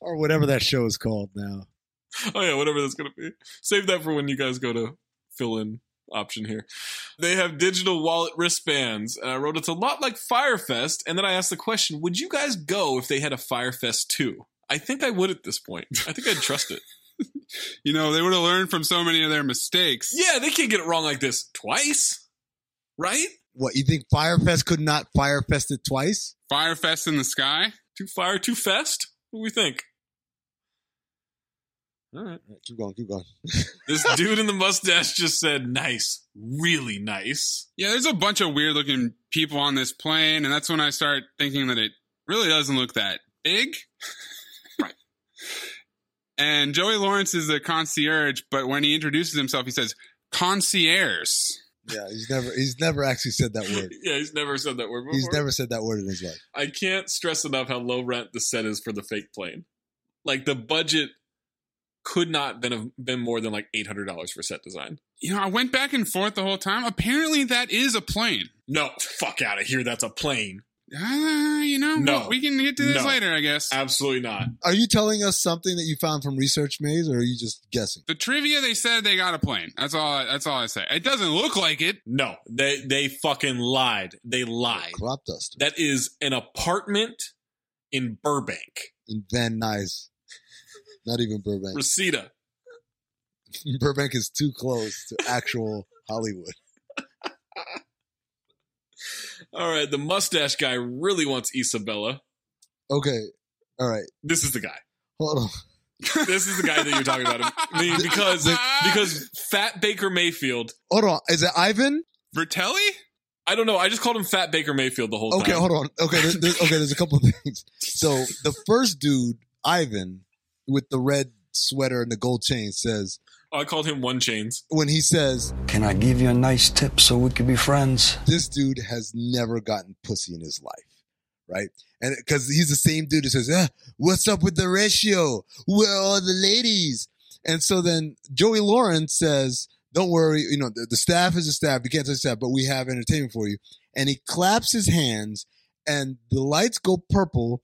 or whatever that show is called now.
oh yeah, whatever that's gonna be. Save that for when you guys go to fill in option here. They have digital wallet wristbands. And I wrote it's a lot like Firefest, and then I asked the question, would you guys go if they had a Firefest too? I think I would at this point. I think I'd trust it.
You know, they would have learned from so many of their mistakes.
yeah, they can't get it wrong like this twice. Right?
What you think? Firefest could not Firefest it twice.
Firefest in the sky.
Too fire, too fest? What do we think? All right.
Keep going. Keep going.
This dude in the mustache just said, nice. Really nice.
Yeah, there's a bunch of weird looking people on this plane, and that's when I start thinking that it really doesn't look that big.
Right.
And Joey Lawrence is the concierge, but when he introduces himself, he says, concierge.
Yeah, he's never he's never actually said that word.
Yeah, he's never said that word before.
He's never said that word in his life.
I can't stress enough how low rent the set is for the fake plane. Like the budget could not been have been more than like eight hundred dollars for set design.
You know, I went back and forth the whole time. Apparently, that is a plane.
No, fuck out of here. That's a plane.
Uh, you know,
No.
we can get to this
No.
later, I guess.
Absolutely not.
Are you telling us something that you found from research maze, or are you just guessing?
the trivia, they said they got a plane. That's all. That's all I say. It doesn't look like it.
No, they they fucking lied. They lied.
Crop duster
That is an apartment in Burbank,
and Van Nuys. Not even Burbank.
Reseda.
Burbank is too close to actual Hollywood.
All right, the mustache guy really wants Isabella.
Okay. All right.
This is the guy.
Hold on.
This is the guy that you're talking about. I mean, because because Fat Baker Mayfield
Hold on. Is it Ivan?
Vertelli? I don't know. I just called him Fat Baker Mayfield the whole
Okay,
time.
hold on. Okay, there's, there's, okay. There's a couple of things. So the first dude, Ivan, with the red sweater and the gold chain, says
I called him One Chains.
when he says,
Can I give you a nice tip so we could be friends?
"This dude has never gotten pussy in his life." Right, and because he's the same dude who says, "Ah, "What's up with the ratio? Where are the ladies?" And so then Joey Lawrence says, "Don't worry, you know the, the staff is the staff. You can't touch that, but we have entertainment for you." And he claps his hands, and the lights go purple,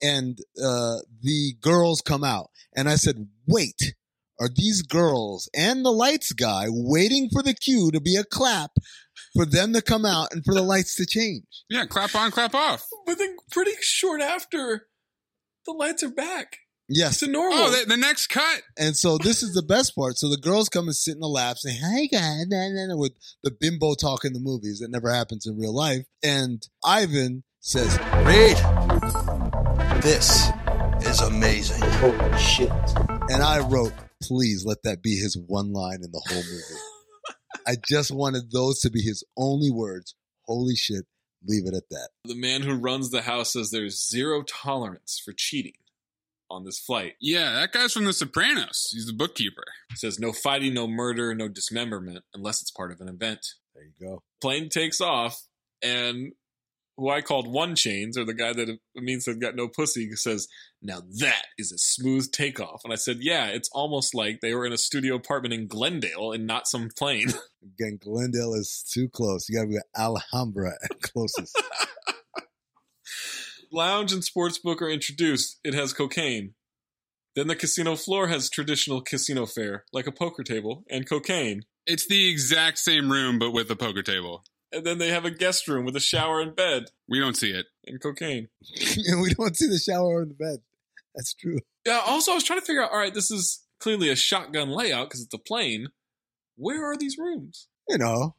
and uh, the girls come out. And I said, "Wait, are these girls and the lights guy waiting for the cue to be a clap for them to come out and for the lights to change?"
Yeah, clap on, clap off.
But then, pretty short after,
The lights are back.
yes,
to normal. Oh, the, the next cut.
And so this is the best part. So the girls come and sit in the lap, say, "Hi guys," nah, nah, nah, with the bimbo talk in the movies that never happens in real life. And Ivan says, "Read."
This is amazing. Holy shit.
And I wrote, "Please let that be his one line in the whole movie." I just wanted those to be his only words. Holy shit! Leave it at that.
The man who runs the house says there's zero tolerance for cheating on this flight. Yeah, that guy's from The Sopranos. He's the bookkeeper. He says no fighting, no murder, no dismemberment unless it's part of an event.
There you go.
Plane takes off, and who I called One Chains, or the guy that means they've got no pussy, says, Now that is a smooth takeoff. And I said, Yeah, it's almost like they were in a studio apartment in Glendale and not some plane.
Again, Glendale is too close. You got to be Alhambra at closest.
lounge and sportsbook are introduced, it has cocaine. Then the casino floor has traditional casino fare, like a poker table and cocaine. It's the exact same room, but with a poker table. And then they have a guest room with a shower and bed. We don't see it. And cocaine.
and we don't see the shower or the bed. That's true.
Yeah, also, I was trying to figure out all right, this is clearly a shotgun layout because it's a plane. Where are these rooms?
You know,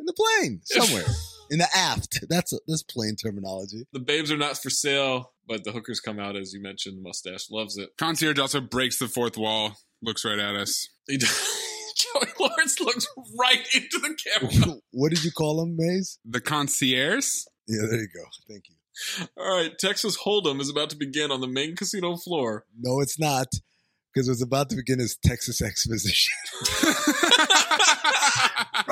in the plane somewhere in the aft. That's a, that's plane terminology.
The babes are not for sale, but the hookers come out, as you mentioned. Mustache loves it. Concierge also breaks the fourth wall, looks right at us. He does. Joey Lawrence looks right into the camera.
What did you call them, Maze?
the concierge?
Yeah, there you go. Thank you.
All right, Texas Hold'em is about to begin on the main casino floor.
No, it's not because what's about to begin is Texas exposition.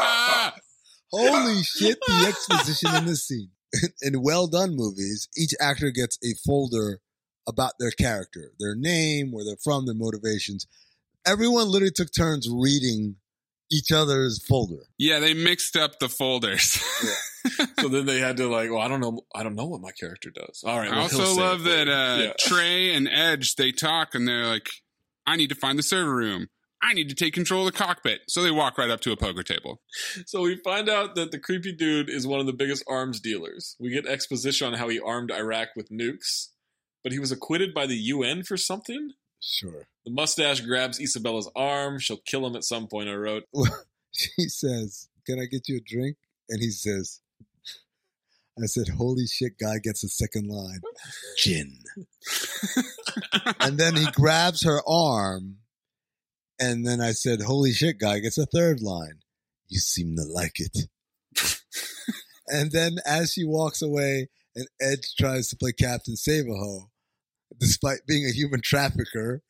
Holy shit! The exposition in this scene. In well done movies, each actor gets a folder about their character, their name, where they're from, their motivations. Everyone literally took turns reading each other's folder.
Yeah, they mixed up the folders. so then they had to like, well, I don't know, I don't know what my character does. All right.
I
well, he'll
also
say it
love
for
that
me.
uh,
Yeah.
Trey and Edge they talk and they're like, "I need to find the server room. I need to take control of the cockpit." So they walk right up to a poker table.
So we find out that the creepy dude is one of the biggest arms dealers. We get exposition on how he armed Iraq with nukes, but he was acquitted by the UN for something.
Sure.
The mustache grabs Isabella's arm. She'll kill him at some point, I wrote.
she says, "Can I get you a drink?" And he says, "I said, holy shit, guy gets a second line, gin." and then he grabs her arm, and then I said, "Holy shit, guy gets a third line." You seem to like it. and then as she walks away, and Edge tries to play Captain Savaho, despite being a human trafficker.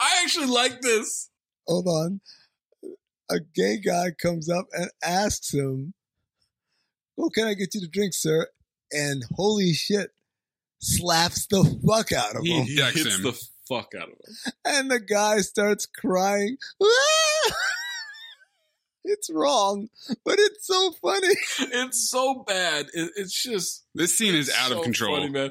I actually like this.
hold on. A gay guy comes up and asks him, What can I get you to drink, sir? And holy shit, slaps the fuck out of
He
him.
hits the fuck out of him.
and the guy starts crying. it's wrong, but it's so funny.
It's so bad. It, it's just
This scene is out of
so
control.
funny, man.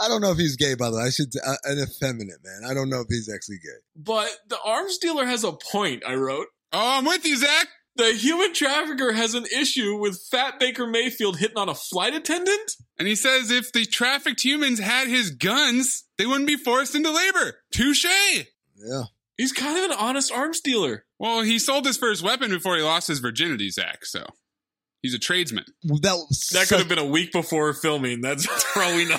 I don't know if he's gay, by the way. I should, uh, an effeminate man. I don't know if he's actually gay.
But the arms dealer has a point, I wrote. Oh, I'm with you, Zach. The human trafficker has an issue with Fat Baker Mayfield hitting on a flight attendant?
And he says if the trafficked humans had his guns, they wouldn't be forced into labor. Touche.
Yeah.
He's kind of an honest arms dealer.
Well, he sold his first weapon before he lost his virginity, Zach, so He's a tradesman.
That,
That could have been a week before filming. That's, that's for all we know.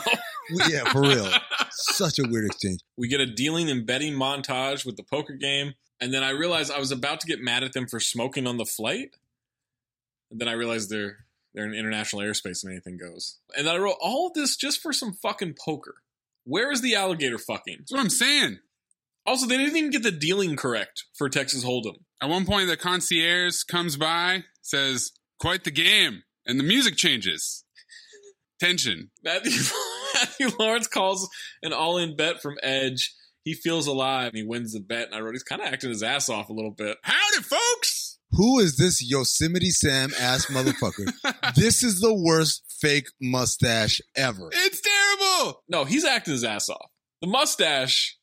yeah, for real. Such a weird exchange.
We get a dealing and betting montage with the poker game. And then I realized I was about to get mad at them for smoking on the flight. And then I realized they're they're in international airspace and anything goes. And I wrote all of this just for some fucking poker. Where is the alligator fucking? That's
what I'm saying.
Also, they didn't even get the dealing correct for Texas Hold'em.
At one point, the concierge comes by, says, "Quite the game," and the music changes. Tension.
Matthew, Matthew Lawrence calls an all in bet from Edge. He feels alive and he wins the bet. And I wrote, he's kind of acting his ass off a little bit. Howdy, folks!
Who is this Yosemite Sam ass motherfucker? this is the worst fake mustache ever.
It's terrible! No, he's acting his ass off. The mustache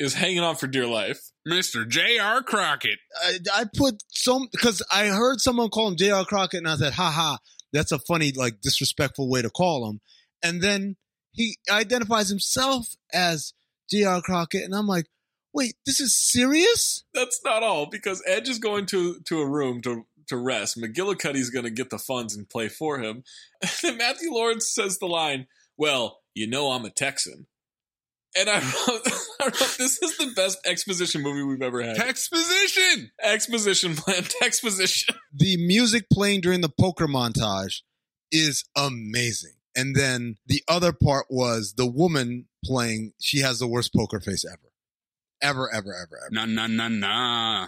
is hanging on for dear life.
Mr. J.R. Crockett.
I, I put some because I heard someone call him J.R. Crockett, and I said, "Ha ha, that's a funny, like disrespectful way to call him." And then he identifies himself as J.R. Crockett, and I'm like, "Wait, this is serious?"
That's not all, because Edge is going to, to a room to, to rest. McGillicuddy's going to get the funds and play for him. And then Matthew Lawrence says the line, Well, you know I'm a Texan. And I wrote, I wrote, this is the best exposition movie we've ever had.
Exposition!
Exposition plan, exposition.
The music playing during the poker montage is amazing. And then the other part was the woman playing. She has the worst poker face ever, ever, ever, ever, ever.
Nah, nah, nah, nah.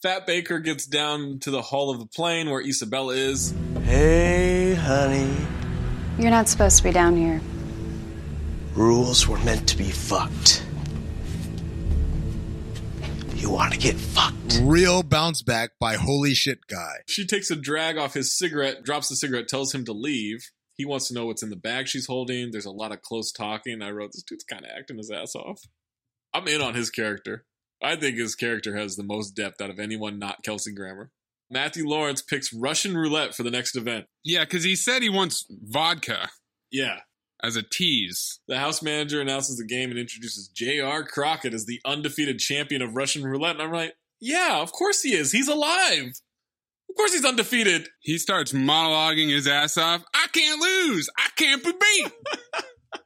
Fat Baker gets down to the hull of the plane where Isabella is.
Hey, honey.
You're not supposed to be down here.
Rules were meant to be fucked. You want to get fucked.
Real bounce back by holy shit guy.
She takes a drag off his cigarette, drops the cigarette, tells him to leave. He wants to know what's in the bag she's holding. There's a lot of close talking. I wrote this dude's kind of acting his ass off. I'm in on his character. I think his character has the most depth out of anyone not Kelsey Grammer. Matthew Lawrence picks Russian roulette for the next event.
Yeah, because he said he wants vodka
Yeah.
as a tease.
The house manager announces the game and introduces J.R. Crockett as the undefeated champion of Russian roulette. And I'm like, yeah, of course he is. He's alive. Of course he's undefeated.
He starts monologuing his ass off. I can't lose. I can't be beat.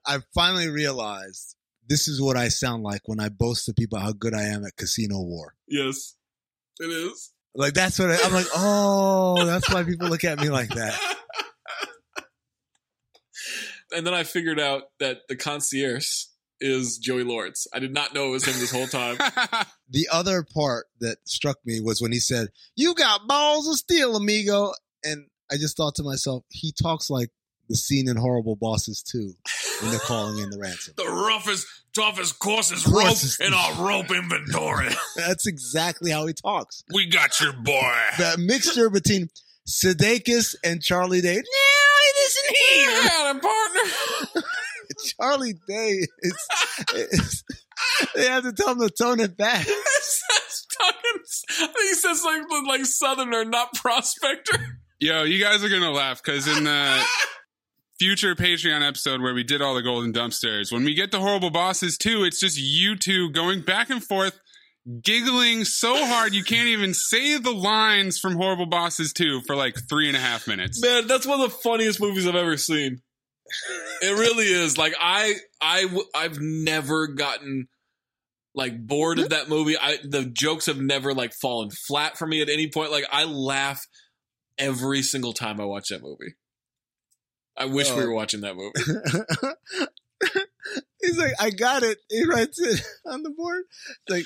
I finally realized this is what I sound like when I boast to people how good I am at Casino War.
Yes, it is.
Like that's what I, I'm like. Oh, that's why people look at me like that.
And then I figured out that the concierge is Joey Lawrence. I did not know it was him this whole time.
The other part that struck me was when he said, "You got balls of steel, amigo," and I just thought to myself, he talks like the scene in Horrible Bosses too when they're calling in the ransom.
the roughest, toughest, coarsest
Coarsest.
rope in our rope inventory.
That's exactly how he talks.
we got your boy.
That mixture between Sudeikis and Charlie Day. No, it isn't here.
partner.
Charlie Day is, is- they have to tell him to tone it back.
Says talking- I think he says like like southerner, not prospector.
Yo, you guys are gonna laugh because in the future Patreon episode where we did all the golden dumpsters, when we get to horrible bosses too, it's just you two going back and forth, giggling so hard you can't even say the lines from horrible bosses two for like three and a half minutes.
Man, that's one of the funniest movies I've ever seen. It really is. Like I, I, w- I've never gotten like bored of that movie. I the jokes have never like fallen flat for me at any point. Like I laugh every single time I watch that movie. I wish we
Oh.
were watching that movie.
He's like, I got it. He writes it on the board. It's like,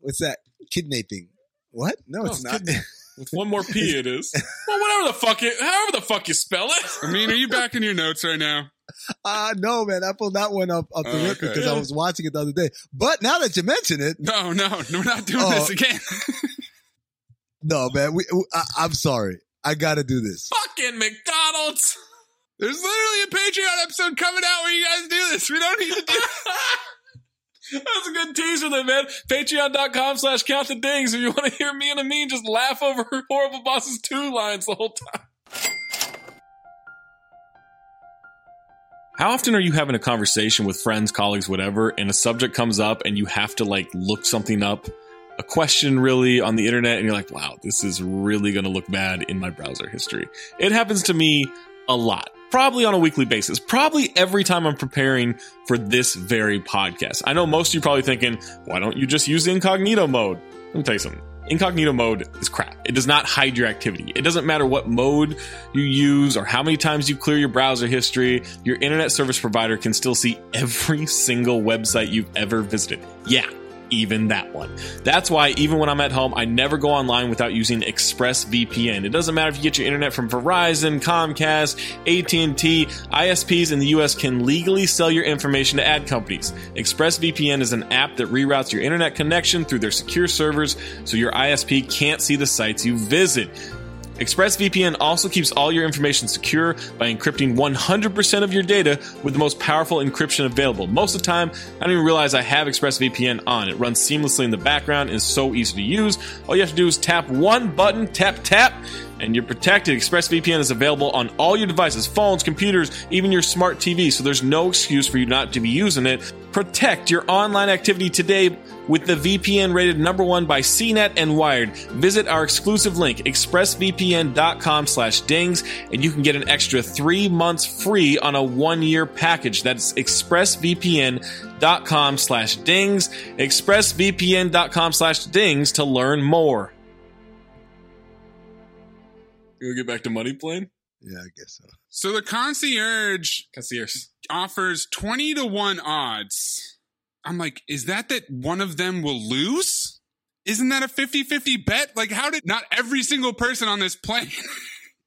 what's that? Kidnapping. What? No,
No,
it's
Oh,
not.
With one more P, it is. Well, whatever the fuck it, however the fuck you spell it.
I mean, are you back in your notes right now?
uh, no, man. I pulled that one up, up the
Oh,
rip
okay.
because I was watching it the other day. But now that you mention it,
No, no, we're not doing
Oh.
this again.
no, man. We, I, I'm sorry. I got to do this.
Fucking McDonald's.
There's literally a Patreon episode coming out where you guys do this. We don't need to do
That's a good teaser there, man. Patreon.com slash count the dings. If you want to hear me and Amin just laugh over horrible bosses two lines the whole time. How often are you having a conversation with friends, colleagues, whatever, and a subject comes up and you have to like look something up a question really on the internet and you're like, wow, this is really going to look bad in my browser history. It happens to me a lot, probably on a weekly basis, probably every time I'm preparing for this very podcast. I know most of you probably thinking, why don't you just use incognito mode? Let me tell you something. Incognito mode is crap. It does not hide your activity. It doesn't matter what mode you use or how many times you clear your browser history, your internet service provider can still see every single website you've ever visited. Yeah, even that one. That's why even when I'm at home, I never go online without using ExpressVPN. It doesn't matter if you get your internet from Verizon, Comcast, AT&T, ISPs in the US can legally sell your information to ad companies. ExpressVPN is an app that reroutes your internet connection through their secure servers so your ISP can't see the sites you visit. ExpressVPN also keeps all your information secure by encrypting 100% of your data with the most powerful encryption available. Most of the time, I don't even realize I have ExpressVPN on. It runs seamlessly in the background and is so easy to use. All you have to do is tap one button, tap, tap, and you're protected. ExpressVPN is available on all your devices, phones, computers, even your smart TV, so there's no excuse for you not to be using it. Protect your online activity today with the VPN rated number one by CNET and Wired. Visit our exclusive link, expressvpn.com slash dings, and you can get an extra three months free on a one-year package. That's expressvpn.com slash dings, expressvpn.com slash dings to learn more. You gonna get back to money plane?
Yeah, I guess so.
So the concierge
Concierge.
offers 20 to 1 odds. I'm like, is that that one of them will lose? Isn't that a 50 50 bet? Like, how did not every single person on this plane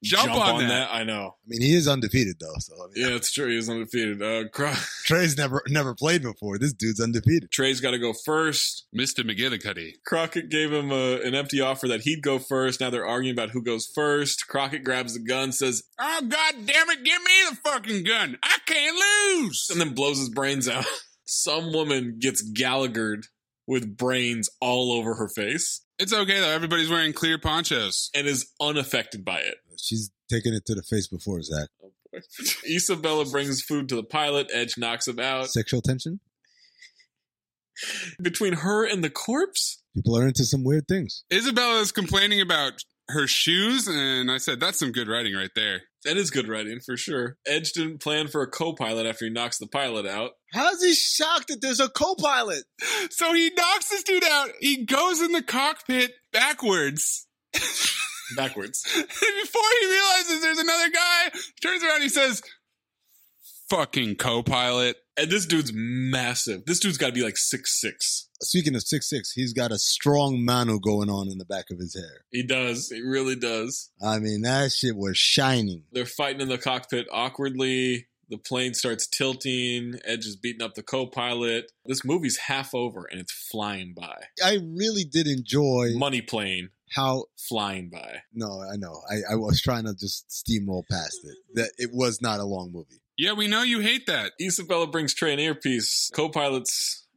jump, on, that?
I know.
I mean, he is undefeated though. So I mean,
Yeah, it's true. He was undefeated. Uh, Cro-
Trey's never never played before. This dude's undefeated.
Trey's got to go first.
Mr. McGillicuddy.
Crockett gave him a, an empty offer that he'd go first. Now they're arguing about who goes first. Crockett grabs the gun, says,
Oh, God damn it, give me the fucking gun. I can't lose.
and then blows his brains out. Some woman gets Gallaghered with brains all over her face
It's okay, though. Everybody's wearing clear ponchos.
and is unaffected by it.
She's taken it to the face before Zach.
Isabella brings food to the pilot. Edge knocks him
Uh,
out.
Sexual tension.
Between her and the corpse?
People are into some weird things.
Isabella is complaining about her shoes, and I said, that's some good writing right there.
That is good writing for sure. Edge didn't plan for a co pilot after he knocks the pilot out.
How's he shocked that there's a co-pilot?
So he knocks this dude out. He goes in the cockpit backwards.
Backwards.
before he realizes there's another guy, turns around, he says, "Fucking co-pilot."
And this dude's massive. This dude's got to be like six six.
Speaking of six six, he's got a strong manu going on in the back of his hair.
He does. He really does.
I mean, that shit was shining.
They're fighting in the cockpit awkwardly. The plane starts tilting. Edge is beating up the co pilot. This movie's half over and it's flying by.
I really did enjoy
Money plane
how.
flying by.
No, I know. I, I was trying to just steamroll past it. That it was not a long movie.
Yeah, we know you hate that.
Isabella brings Trey an earpiece. Co pilot's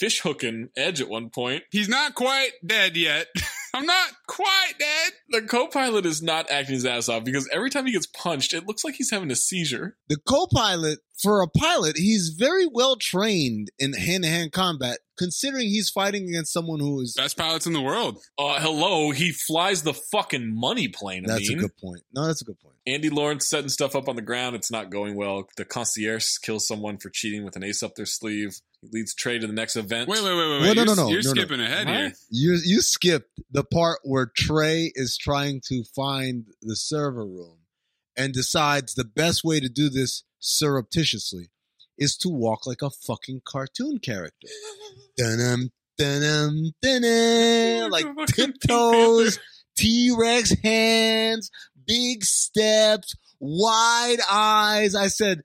fish hooking Edge at one point.
He's not quite dead yet. I'm not quite dead.
The co pilot is not acting his ass off because every time he gets punched, it looks like he's having a seizure.
The co-pilot for a pilot, he's very well trained in hand-to-hand combat, considering he's fighting against someone who is.
Best pilots in the world.
Uh, hello, he flies the fucking money plane. I
That's a
mean.
good point. No, that's a good point.
Andy Lawrence setting stuff up on the ground. It's not going well. The concierge kills someone for cheating with an ace up their sleeve. He leads Trey to the next event.
Wait, wait, wait, wait.
Well,
wait.
no,
you're
no, no,
you're
no, no.
skipping ahead
What?
here.
You you skipped the part where Trey is trying to find the server room and decides the best way to do this surreptitiously is to walk like a fucking cartoon character. dun dun dun Eh, like
Like a fucking Pink
tiptoes, T Rex hands, big steps, wide eyes. I said,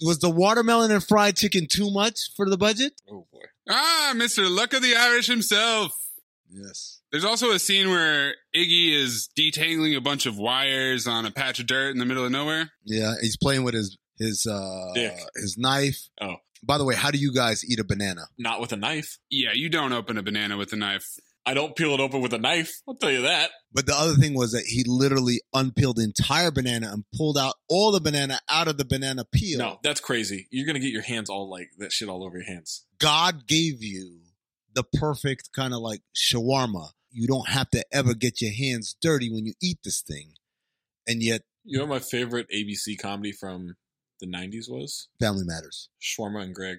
was the watermelon and fried chicken too much for the budget?
Oh boy.
Ah, Mr. Luck of the Irish himself.
Yes.
There's also a scene where Iggy is detangling a bunch of wires on a patch of dirt in the middle of nowhere.
Yeah, he's playing with his his uh
Dick.
his knife.
Oh.
By the way, how do you guys eat a banana?
Not with a knife.
Yeah, you don't open a banana with a knife.
I don't peel it open with a knife. I'll tell you that.
But the other thing was that he literally unpeeled the entire banana and pulled out all the banana out of the banana peel.
No, that's crazy. You're gonna get your hands all like that shit all over your hands.
God gave you the perfect kind of like shawarma. You don't have to ever get your hands dirty when you eat this thing. And yet,
You know what my favorite ABC comedy from the 90s was?
Family Matters.
Shawarma and Greg.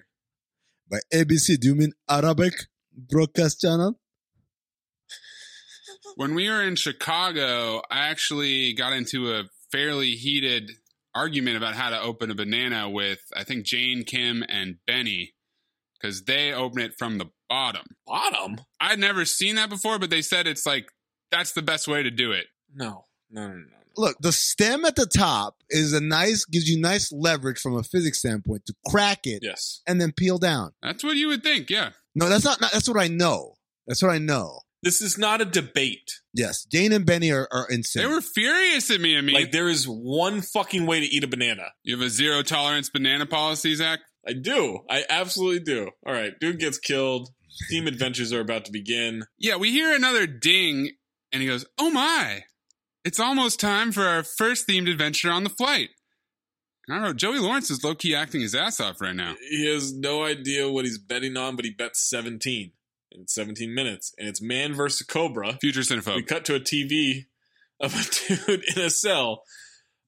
By ABC, do you mean Arabic broadcast channel?
When we were in Chicago, I actually got into a fairly heated argument about how to open a banana with, I think, Jane Kim and Benny, because they open it from the bottom.
Bottom?
I'd never seen that before, but they said it's like, that's the best way to do it.
No, no, no, no.
Look, the stem at the top is a nice, gives you nice leverage from a physics standpoint to crack it
yes.
and then peel down.
That's what you would think, yeah.
No, that's not, not that's what I know. That's what I know.
This is not a debate.
Yes, Jane and Benny are, are insane.
They were furious at me. I mean,
Like, there is one fucking way to eat a banana.
you have a zero tolerance banana policy, Zach?
I do. I absolutely do. All right. Dude gets killed. Team adventures are about to begin.
Yeah, we hear another ding, and he goes, Oh my, it's almost time for our first themed adventure on the flight. And I don't know, Joey Lawrence is low key acting his ass off right now.
He has no idea what he's betting on, but he bets 17 in 17 minutes. And it's man versus Cobra.
Future Cinephobe.
We cut to a TV of a dude in a cell.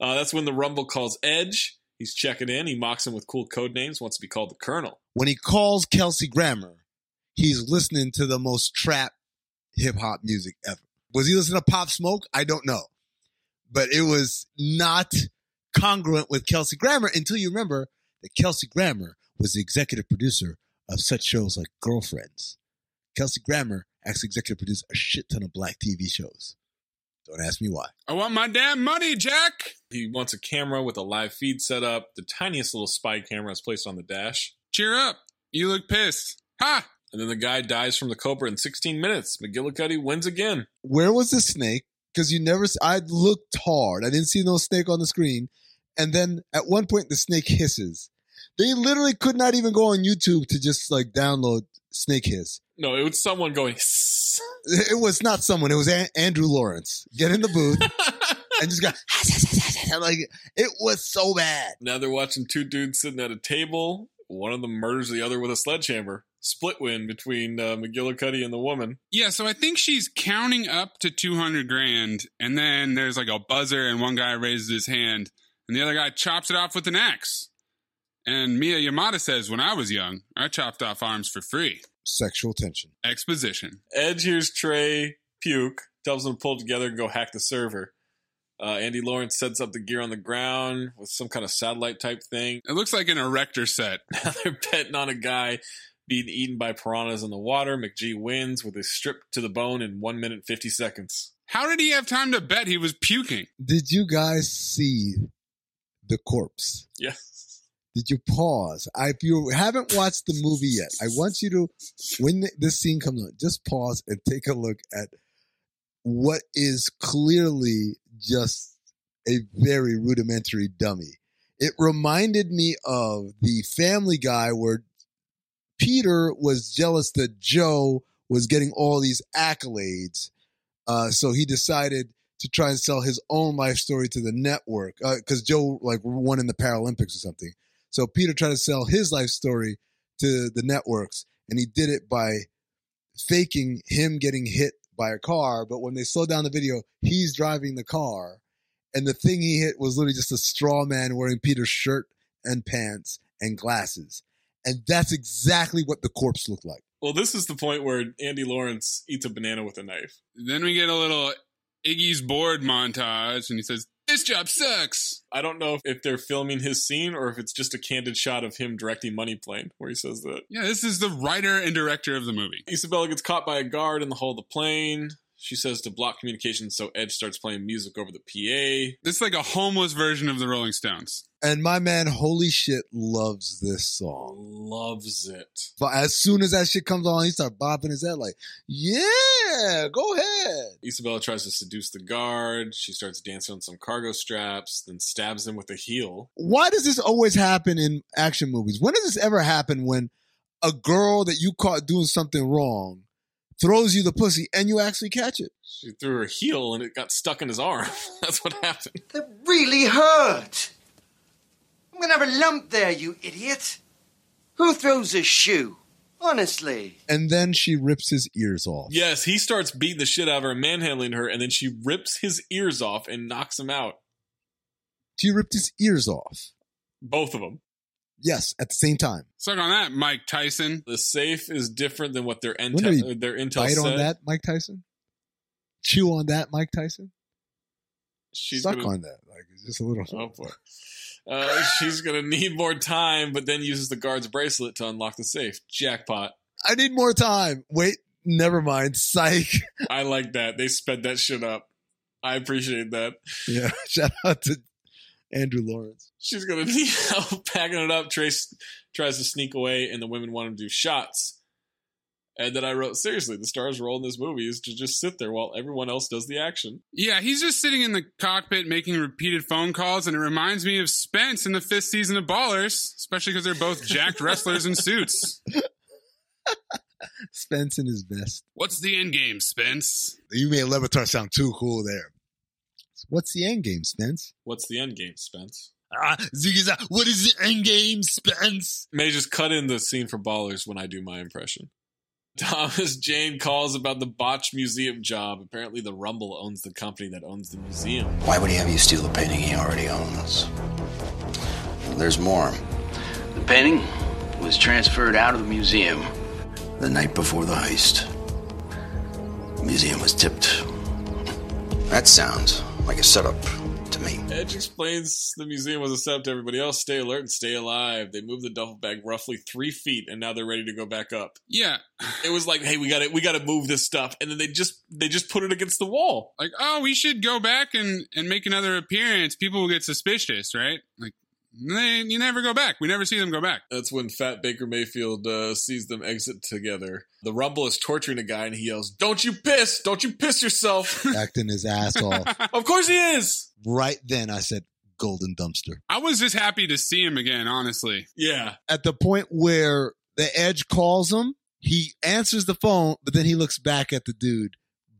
Uh, that's when the Rumble calls Edge. He's checking in. He mocks him with cool code names, wants to be called the Colonel.
when he calls Kelsey Grammer, he's listening to the most trap hip hop music ever. Was he listening to Pop Smoke? I don't know. But it was not congruent with Kelsey Grammer until you remember that Kelsey Grammer was the executive producer of such shows like Girlfriends. Kelsey Grammer actually executive produced a shit ton of black TV shows. Don't ask me why.
I want my damn money, Jack!
He wants a camera with a live feed set up. The tiniest little spy camera is placed on the dash.
Cheer up. You look pissed. Ha!
And then the guy dies from the Cobra in 16 minutes. McGillicuddy wins again.
where was the snake? Because you never, s- I looked hard. I didn't see no snake on the screen. And then at one point, the snake hisses. They literally could not even go on YouTube to just like download Snake Hiss.
No, it was someone going, "Sss."
It was not someone. It was a- Andrew Lawrence. Get in the booth and just go. like it was so bad.
now they're watching two dudes sitting at a table. One of them murders the other with a sledgehammer. Split win between uh, McGillicuddy and the woman.
Yeah, so I think she's counting up to 200 grand, and then there's like a buzzer, and one guy raises his hand, and the other guy chops it off with an axe. And Mia Yamada says, When I was young, I chopped off arms for free.
Sexual tension.
Exposition.
Edge hears Trey puke, tells them to pull together and go hack the server. Uh, Andy Lawrence sets up the gear on the ground with some kind of satellite type thing.
It looks like an erector set.
Now they're betting on a guy being eaten by piranhas in the water. McGee wins with a strip to the bone in 1 minute 50 seconds.
How did he have time to bet he was puking?
Did you guys see the corpse?
Yeah.
Did you pause? I, if you haven't watched the movie yet, I want you to, when this scene comes on, just pause and take a look at what is clearly just a very rudimentary dummy. It reminded me of the Family Guy where Peter was jealous that Joe was getting all these accolades. Uh, so he decided to try and sell his own life story to the network because Joe like won in the Paralympics or something. So Peter tried to sell his life story to the networks, and he did it by faking him getting hit by a car. But when they slow down the video, he's driving the car, and the thing he hit was literally just a straw man wearing Peter's shirt and pants and glasses, and that's exactly what the corpse looked like.
Well, this is the point where Andy Lawrence eats a banana with a knife.
Then we get a little Iggy's bored montage, and he says, This job sucks.
I don't know if they're filming his scene or if it's just a candid shot of him directing Money Plane where he says that.
Yeah, this is the writer and director of the movie.
Isabella gets caught by a guard in the hull of the plane. She says to block communication, so Edge starts playing music over the PA.
This is like a homeless version of the Rolling Stones.
And my man, holy shit, loves this song.
Loves it.
But as soon as that shit comes on, he start bopping his head like, "Yeah, go ahead."
Isabella tries to seduce the guard. She starts dancing on some cargo straps, then stabs him with a heel.
Why does this always happen in action movies? When does this ever happen when a girl that you caught doing something wrong throws you the pussy and you actually catch it?
She threw her heel and it got stuck in his arm. That's what happened.
That really hurt. I'm gonna have a lump there, you idiot. Who throws a shoe?
Honestly.
And then she rips his ears off.
Yes, he starts beating the shit out of her and manhandling her, and then she rips his ears off and knocks him out.
She ripped his ears off.
Both of them.
Yes, at the same time.
Suck on that, Mike Tyson. The safe is different than what their
Wouldn't
intel,
he
their intel
Bite
said.
on that, Mike Tyson. Chew on that, Mike Tyson.
She's
Suck
gonna-
on that. Like it's just a little.
Oh boy. Uh, she's gonna need more time, but then uses the guard's bracelet to unlock the safe. Jackpot.
I need more time. Wait, never mind. Psych.
I like that. They sped that shit up. I appreciate that.
Yeah. Shout out to Andrew Lawrence.
She's gonna need help packing it up. Trace tries to sneak away, and the women want him to do shots. And then I wrote, seriously, the star's role in this movie is to just sit there while everyone else does the action. Yeah, he's just sitting in the cockpit making repeated phone calls, and it reminds me of Spence in the fifth season of Ballers, especially because they're both jacked wrestlers in suits.
Spence in his vest.
What's the end game, Spence?
You made Levitar sound too cool there. What's the end game, Spence?
What's the end game, Spence?
Ah, Ziggy, what is the end game, Spence?
May just cut in the scene from Ballers when I do my impression. Thomas Jane calls about the botch museum job. Apparently, the Rumble owns the company that owns the museum.
Why would he have you steal the painting he already owns? There's more. The painting was transferred out of the museum the night before the heist. The museum was tipped. That sounds like a setup to me.
Edge explains the museum was a setup to everybody else. Stay alert and stay alive. They moved the duffel bag roughly three feet, and now they're ready to go back up.
Yeah.
It was like, hey, we got to we got to move this stuff, and then they just they just put it against the wall.
Like, oh, we should go back and, and make another appearance. People will get suspicious, right? Like, they, you never go back. We never see them go back.
That's when Fat Baker Mayfield uh, sees them exit together. The Rumble is torturing a guy, and he yells, "Don't you piss! Don't you piss yourself!"
Acting his ass off.
of course he is.
Right then, I said, Golden Dumpster.
I was just happy to see him again, honestly.
Yeah.
At the point where the Edge calls him, he answers the phone, but then he looks back at the dude,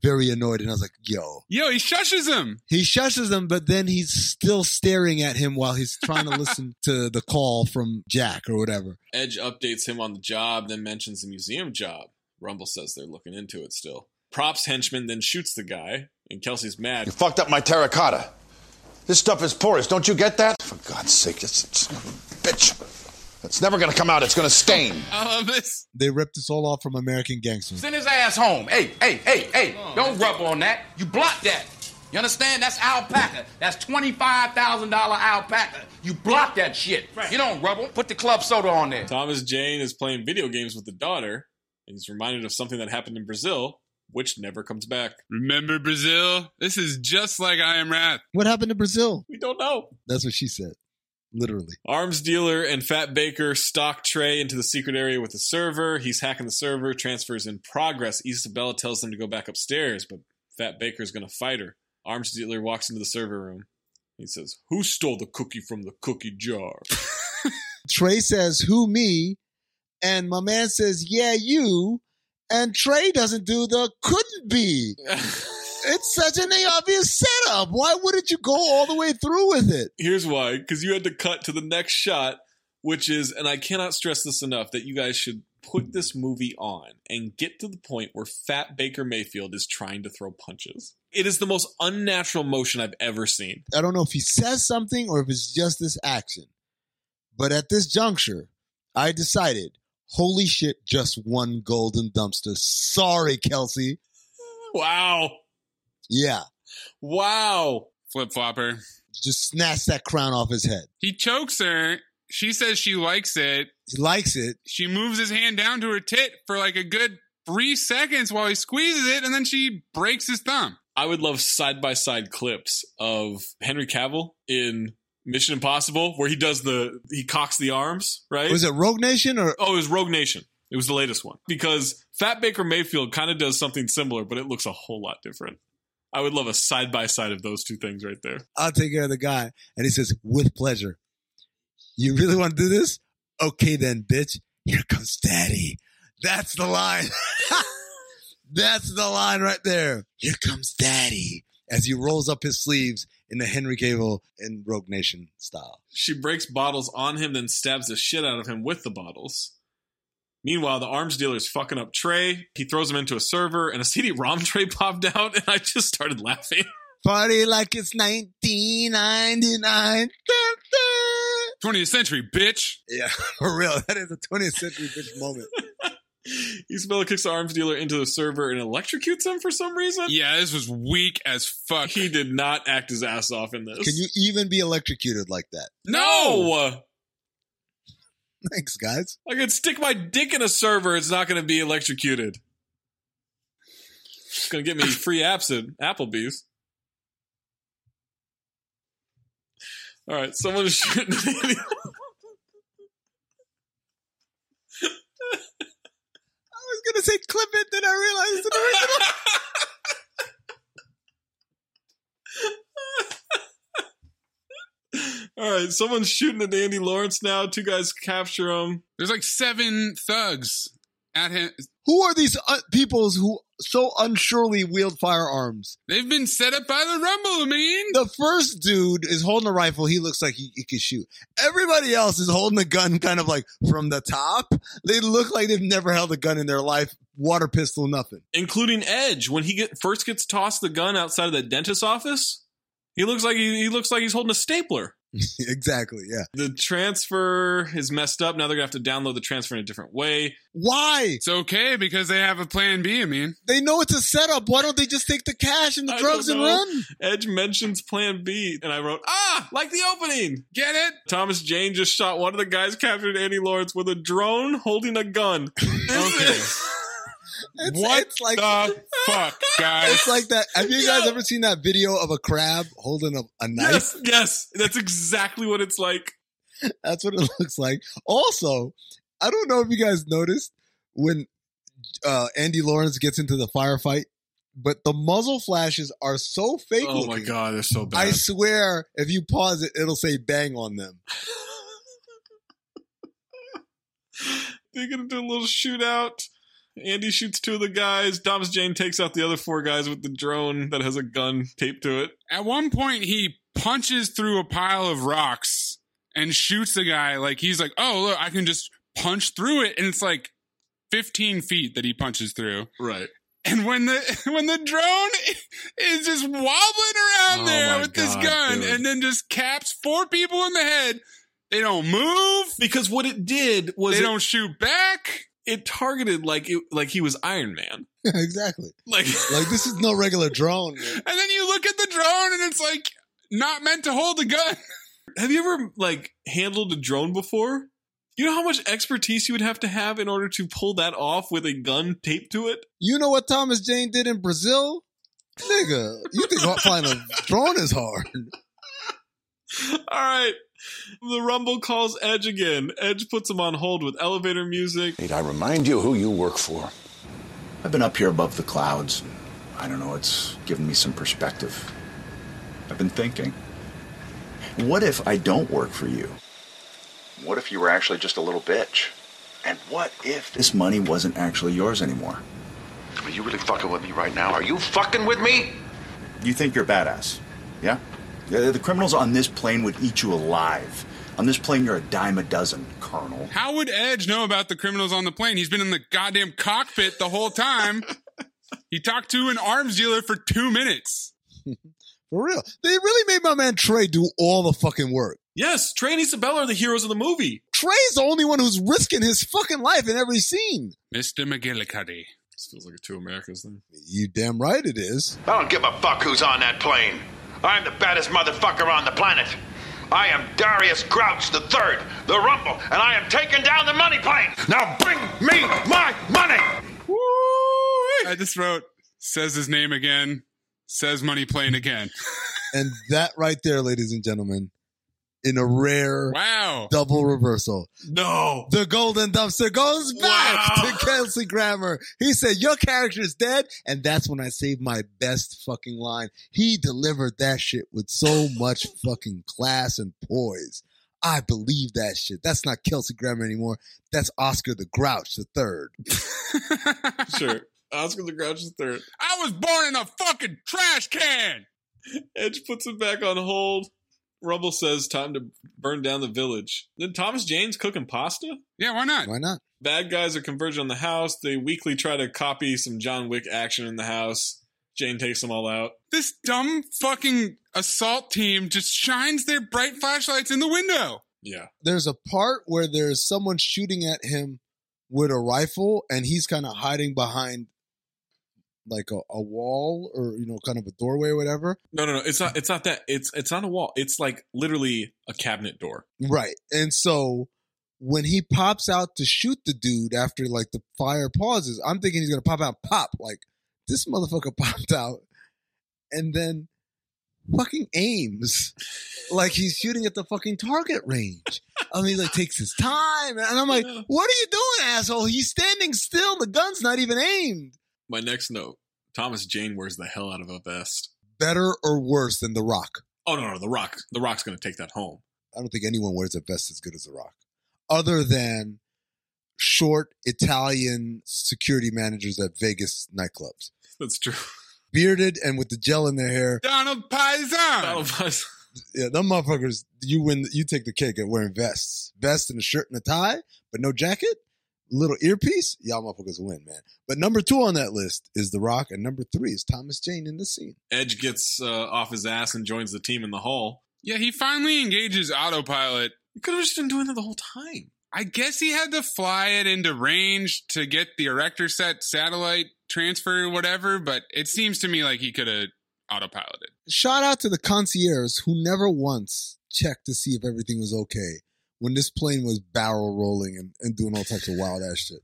very annoyed. And I was like, yo.
Yo, he shushes him.
He shushes him, but then he's still staring at him while he's trying to listen to the call from Jack or whatever.
Edge updates him on the job, then mentions the museum job. Rumble says they're looking into it still. Props henchman then shoots the guy, and Kelsey's mad.
Fucked up my terracotta. This stuff is porous. Don't you get that? For God's sake, it's, it's bitch. It's never gonna come out. It's gonna stain.
I love this.
They ripped this all off from American Gangster.
Send his ass home. Hey, hey, hey, hey. Don't rub on that. You block that. You understand? That's alpaca. That's $25,000 alpaca. You block that shit. You don't rub on. Put the club soda on there.
Thomas Jane is playing video games with the daughter, and he's reminded of something that happened in Brazil, which never comes back.
Remember Brazil? This is just like I Am Wrath.
What happened to Brazil?
We don't know.
That's what she said. Literally.
Arms dealer and Fat Baker stock Trey into the secret area with the server. He's hacking the server. Transfers in progress. Isabella tells them to go back upstairs, but Fat Baker's going to fight her. Arms dealer walks into the server room. He says, "Who stole the cookie from the cookie jar?"
Trey says, Who me? And my man says, Yeah, you. And Trey doesn't do the couldn't be. it's such an obvious setup. Why wouldn't you go all the way through with it?
Here's why: because you had to cut to the next shot, which is, and I cannot stress this enough, that you guys should put this movie on and get to the point where Fat Baker Mayfield is trying to throw punches. It is the most unnatural motion I've ever seen.
I don't know if he says something or if it's just this action. But at this juncture, I decided, holy shit, just one golden dumpster. Sorry, Kelsey.
Wow.
Yeah.
Wow.
Flip flopper.
Just snatched that crown off his head.
He chokes her. She says she likes it.
He likes it.
She moves his hand down to her tit for like a good three seconds while he squeezes it, and then she breaks his thumb.
I would love side by side clips of Henry Cavill in Mission Impossible, where he does the he cocks the arms, right?
Was it Rogue Nation or
Oh, it was Rogue Nation. It was the latest one because Fat Baker Mayfield kind of does something similar, but it looks a whole lot different. I would love a side by side of those two things right there.
I'll take care of the guy. And he says, with pleasure. You really want to do this? Okay, then, bitch. Here comes daddy. That's the line. That's the line right there. Here comes daddy. As he rolls up his sleeves in the Henry Cable and Rogue Nation style.
She breaks bottles on him, then stabs the shit out of him with the bottles. Meanwhile, the arms dealer is fucking up Trey. He throws him into a server, and a CD-ROM tray popped out, and I just started laughing.
Party like it's 1999.
20th century, bitch.
Yeah, for real. That is a 20th century bitch moment.
He's Isabella kicks the arms dealer into the server and electrocutes him for some reason. Yeah, this was weak as fuck. He did not act his ass off in this.
Can you even be electrocuted like that?
No!
Thanks, guys.
I could stick my dick in a server. It's not going to be electrocuted. It's going to get me free apps at Applebee's. All right, someone is shooting.
I was gonna say clip it, then I realized it's an original.
All right, someone's shooting at Andy Lawrence now. Two guys capture him. There's like seven thugs at him.
who are these uh, peoples who so unsurely wield firearms?
They've been set up by the Rumble, man.
The first dude is holding a rifle. He looks like he, he could shoot. Everybody else is holding a gun, kind of like from the top. They look like they've never held a gun in their life. Water pistol, nothing.
including Edge when he get, first gets tossed the gun outside of the dentist's office. He looks like he, he looks like he's holding a stapler.
exactly. Yeah.
The transfer is messed up. Now they're gonna have to download the transfer in a different way.
Why?
It's okay because they have a plan B, I mean.
They know it's a setup. Why don't they just take the cash and the
I
drugs
don't
and
know.
run?
Edge mentions Plan B, and I wrote, "Ah, like the opening. Get it?" Thomas Jane just shot one of the guys captured Andy Lawrence with a drone holding a gun.
what like,
the fuck, guys?
It's like that. Have you guys ever seen that video of a crab holding a, a knife?
Yes, yes, that's exactly what it's like.
That's what it looks like. Also, I don't know if you guys noticed when uh, Andy Lawrence gets into the firefight, but the muzzle flashes are so fake.
Oh my
looking.
god, they're so bad.
I swear, if you pause it, it'll say "bang" on them.
They're gonna do a little shootout. Andy shoots two of the guys. Thomas Jane takes out the other four guys with the drone that has a gun taped to it.
At one point, he punches through a pile of rocks and shoots the guy. Like, he's like, oh, look, I can just punch through it. And it's like 15 feet that he punches through.
Right.
And when the when the drone is just wobbling around
Oh
there
my
with this
God,
gun
dude.
and then just caps four people in the head, they don't move.
Because what it did was
they
it-
don't shoot back.
It targeted like it like he was Iron Man.
exactly.
Like,
like this is no regular drone.
And then you look at the drone and it's like not meant to hold a gun.
Have you ever like handled a drone before? You know how much expertise you would have to have in order to pull that off with a gun taped to it?
You know what Thomas Jane did in Brazil? Nigga, you think flying a drone is hard?
All right. The Rumble calls Edge again. Edge puts him on hold with elevator music.
Need I remind you who you work for?
I've been up here above the clouds. I don't know, it's given me some perspective. I've been thinking. What if I don't work for you? What if you were actually just a little bitch? And what if this money wasn't actually yours anymore?
Are you really fucking with me right now? Are you fucking with me?
You think you're badass, yeah? The, the criminals on this plane would eat you alive. On this plane, you're a dime a dozen, Colonel.
How would Edge know about the criminals on the plane? He's been in the goddamn cockpit the whole time. he talked to an arms dealer for two minutes.
For real. They really made my man Trey do all the fucking work.
Yes, Trey and Isabella are the heroes of the movie.
Trey's the only one who's risking his fucking life in every scene.
Mr. McGillicuddy.
This feels like a two Americas thing.
You damn right it is.
I don't give a fuck who's on that plane. I'm the baddest motherfucker on the planet. I am Darius Grouch the Third, the Rumble, and I am taking down the money plane. Now bring me my money.
I just wrote, says his name again, says money plane again.
And that right there, ladies and gentlemen, in a rare
Wow.
double reversal.
No.
The golden dumpster goes back to Kelsey Grammer. He said, Your character's dead. And that's when I saved my best fucking line. He delivered that shit with so much fucking class and poise. I believe that shit. That's not Kelsey Grammer anymore. That's Oscar the Grouch the third.
sure. Oscar the Grouch is third.
I was born in a fucking trash can.
Edge puts him back on hold. Rubble says time to burn down the village. Then Thomas Jane's cooking pasta?
Yeah, why not?
Why
not?
Bad guys are converging on the house. They weekly try to copy some John Wick action in the house. Jane takes them all out.
This dumb fucking assault team just shines their bright flashlights in the window.
Yeah.
There's a part where there's someone shooting at him with a rifle, and he's kind of hiding behind like a, a wall or you know, kind of a doorway or whatever.
No, no, no. It's not. It's not that. It's it's not a wall. It's like literally a cabinet door.
Right. And so when he pops out to shoot the dude after like the fire pauses, I'm thinking he's gonna pop out, pop. Like this motherfucker popped out and then fucking aims like he's shooting at the fucking target range. I mean, like takes his time, and I'm like, "What are you doing, asshole? He's standing still. The gun's not even aimed."
My next note: Thomas Jane wears the hell out of a vest.
Better or worse than The Rock?
Oh no, no, the Rock. The Rock's gonna take that home.
I don't think anyone wears a vest as good as The Rock, other than short Italian security managers at Vegas nightclubs,
That's true.
bearded and with the gel in their hair.
Donald Paisan.
Donald Paisan.
Yeah, them motherfuckers. You win. You take the cake at wearing vests, vest and a shirt and a tie, but no jacket, little earpiece. Y'all motherfuckers win, man. But number two on that list is The Rock, and number three is Thomas Jane in the scene.
Edge gets uh, off his ass and joins the team in the hall.
Yeah, he finally engages autopilot.
You could have just been doing that the whole time.
I guess he had to fly it into range to get the erector set satellite transfer or whatever, but it seems to me like he could have autopiloted.
Shout out to the concierge who never once checked to see if everything was okay when this plane was barrel rolling and, and doing all types of wild ass shit.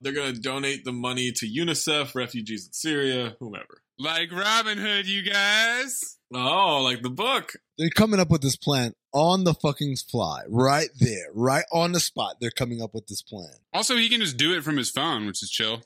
They're gonna donate the money to UNICEF, refugees in Syria, whomever.
Like Robin Hood, you guys.
Oh, like the book.
They're coming up with this plan on the fucking fly, right there, right on the spot. They're coming up with this plan.
Also, he can just do it from his phone, which is chill.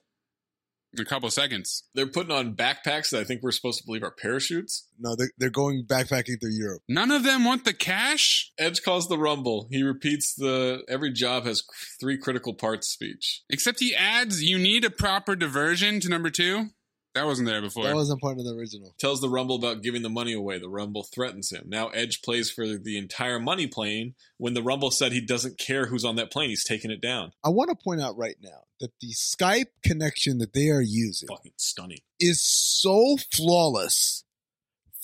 In a couple seconds.
They're putting on backpacks that I think we're supposed to believe are parachutes.
No, they're, they're going backpacking through Europe.
None of them want the cash,
Edge calls the rumble. He repeats the every job has three critical parts speech.
except he adds, you need a proper diversion to number two. That wasn't there before.
That wasn't part of the original.
Tells the rumble about giving the money away. The rumble threatens him. Now Edge plays for the entire money plane when the rumble said he doesn't care who's on that plane. He's taking it down.
I want to point out right now that the Skype connection that they are using
Fucking stunning.
is so flawless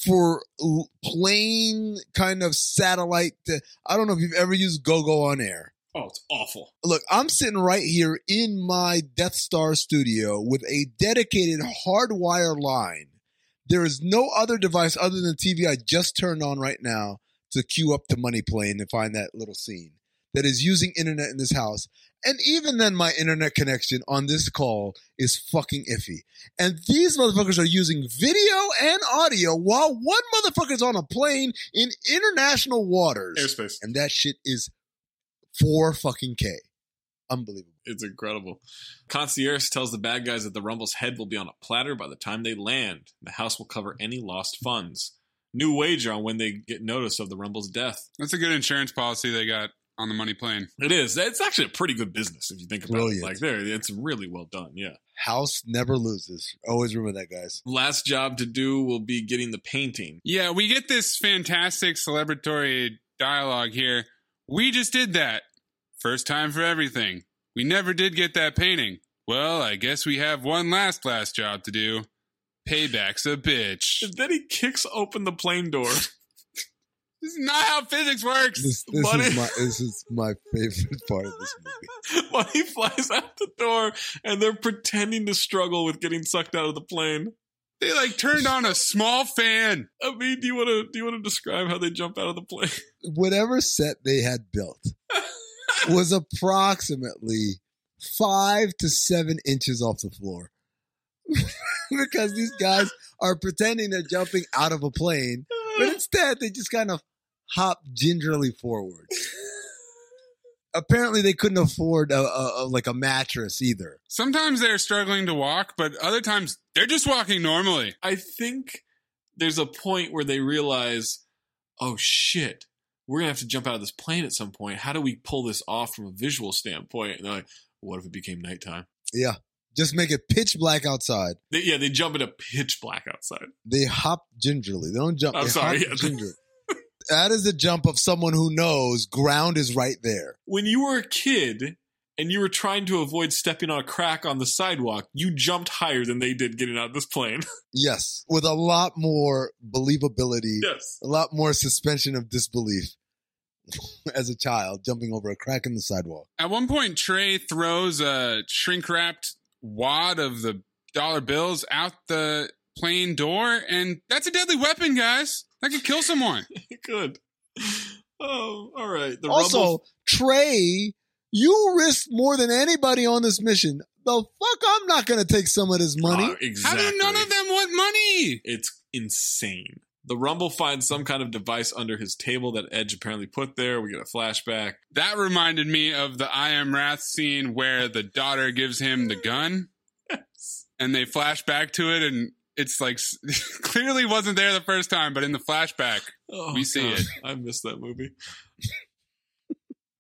for l- plain kind of satellite. To, I don't know if you've ever used GoGo on air.
Oh, it's awful.
Look, I'm sitting right here in my Death Star studio with a dedicated hardwire line. There is no other device other than the TV I just turned on right now to queue up the money plane and find that little scene that is using internet in this house. And even then, my internet connection on this call is fucking iffy. And these motherfuckers are using video and audio while one motherfucker's on a plane in international waters.
Airspace.
And that shit is four fucking K. Unbelievable.
It's incredible. Concierge tells the bad guys that the Rumble's head will be on a platter by the time they land. The house will cover any lost funds. New wager on when they get notice of the Rumble's death.
That's a good insurance policy they got on the money plane.
It is. It's actually a pretty good business if you think about
Brilliant.
it. Like there, it's really well done. Yeah.
House never loses. Always remember that, guys.
Last job to do will be getting the painting.
Yeah, we get this fantastic celebratory dialogue here. We just did that. First time for everything. We never did get that painting. Well, I guess we have one last last job to do. Payback's a bitch.
And then he kicks open the plane door.
This is not how physics works.
This, this
Money.
is my this is my favorite part of this movie.
Money flies out the door, and they're pretending to struggle with getting sucked out of the plane.
They like turned on a small fan.
I mean, do you want to do you want to describe how they jump out of the plane?
Whatever set they had built was approximately five to seven inches off the floor. because these guys are pretending they're jumping out of a plane, but instead they just kind of hop gingerly forward. Apparently, they couldn't afford a, a, a like a mattress either.
Sometimes they're struggling to walk, but other times they're just walking normally.
I think there's a point where they realize, oh shit, we're gonna have to jump out of this plane at some point. How do we pull this off from a visual standpoint? And they're like, what if it became nighttime?
Yeah, just make it pitch black outside.
They, yeah, they jump into pitch black outside.
They hop gingerly. They don't jump.
I'm
they
sorry,
hop
yeah.
gingerly. That is the jump of someone who knows ground is right there.
when you were a kid and you were trying to avoid stepping on a crack on the sidewalk, you jumped higher than they did getting out of this plane.
Yes, with a lot more believability,
Yes.
a lot more suspension of disbelief as a child jumping over a crack in the sidewalk.
At one point, Trey throws a shrink wrapped wad of the dollar bills out the plane door, and that's a deadly weapon, guys. That could kill someone.
Good. Oh, all right. The
also,
rumble-
Trey, you risked more than anybody on this mission. The fuck, I'm not going to take some of this money.
Ah, exactly.
None of them want money.
It's insane. The Rumble finds some kind of device under his table that Edge apparently put there. We get a flashback.
That reminded me of the I Am Wrath scene where the daughter gives him the gun and they flash back to it and it's like s- clearly wasn't there the first time, but in the flashback,
Oh,
we see
God.
it.
I missed that movie.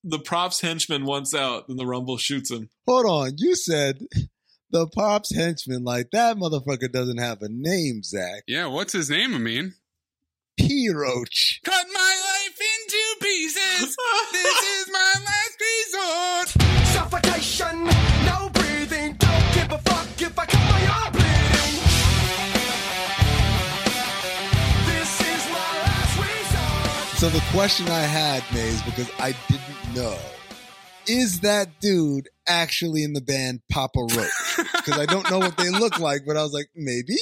the props henchman wants out, then the Rumble shoots him.
Hold on, you said the pop's henchman like that motherfucker doesn't have a name, Zach.
Yeah, what's his name? I mean,
Piroch.
cut my life into pieces. this is my last
resort. Suffocation, no breathing. Don't give a fuck if I cut my arm bleeding. This is my last resort.
So the question I had, Maze, because I didn't know, is that dude actually in the band Papa Roach? Because I don't know what they look like, but I was like, maybe.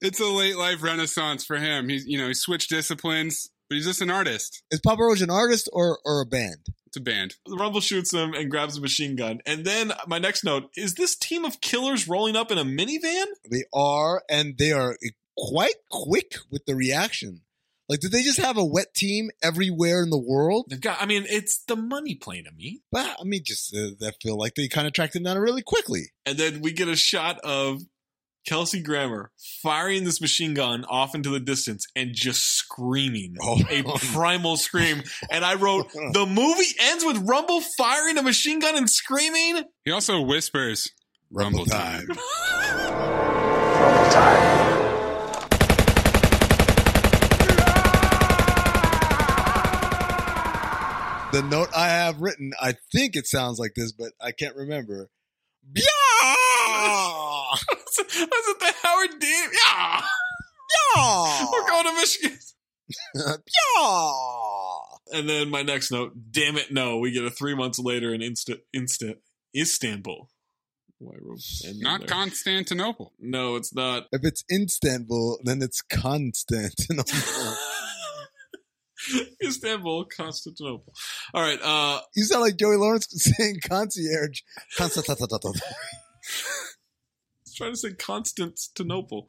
It's a late life renaissance for him. He's, you know, he switched disciplines, but he's just an artist.
Is Papa Roach an artist or, or a band?
It's a band.
The Rumble shoots him and grabs a machine gun. And then my next note is this team of killers rolling up in a minivan?
They are, and they are quite quick with the reaction. Like, did they just have a wet team everywhere in the world?
They've got, I mean, it's the money plane to me.
But I mean, just uh, I feel like they kind of tracked it down really quickly.
And then we get a shot of Kelsey Grammer firing this machine gun off into the distance and just screaming a primal scream. And I wrote, the movie ends with Rumble firing a machine gun and screaming.
He also whispers, Rumble, time.
The note I have written, I think it sounds like this, but I can't remember. Yeah!
That's it, the Howard Dean. Yeah.
Yeah.
We're going to Michigan.
yeah.
And then my next note, damn it, no. We get a three months later in Insta, Insta, Istanbul. Why wrote and
Not
there.
Constantinople.
No, it's not.
If it's Istanbul, then it's Constantinople.
Istanbul, Constantinople. All right. Uh,
you sound like Joey Lawrence saying concierge. Constantinople.
was trying to say Constantinople.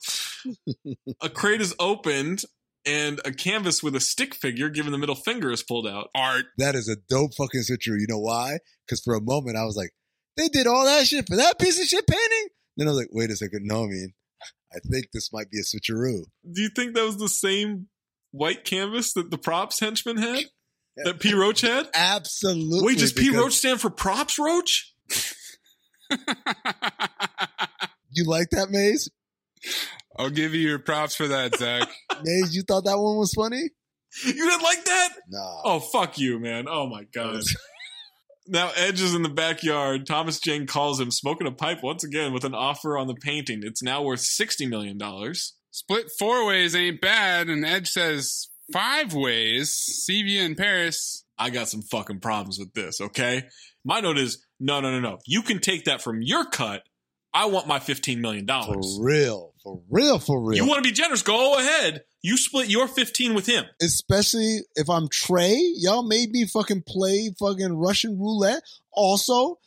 a crate is opened and a canvas with a stick figure given the middle finger is pulled out.
Art.
That is a dope fucking switcheroo. You know why? Because for a moment I was like, they did all that shit for that piece of shit painting. Then I was like, wait a second, no, I mean, I think this might be a switcheroo.
Do you think that was the same white canvas that the props henchman had? That P. Roach had?
Absolutely.
Wait, does P.
because-
Roach stand for props, Roach?
You like that, Maze?
I'll give you your props for that, Zach.
Maze, you thought that one was funny?
You didn't like that?
Nah.
Oh, fuck you, man. Oh, my God. now Edge is in the backyard. Thomas Jane calls him, smoking a pipe once again with an offer on the painting. It's now worth $60 million.
Split four ways ain't bad, and Edge says five ways. Sevia and Paris.
I got some fucking problems with this, okay? My note is no, no, no, no. You can take that from your cut. I want my $15 million.
For real. For real, for real.
Oh, You want to be generous? Go ahead. You split your 15 with him.
Especially if I'm Trey, y'all made me fucking play fucking Russian roulette. Also,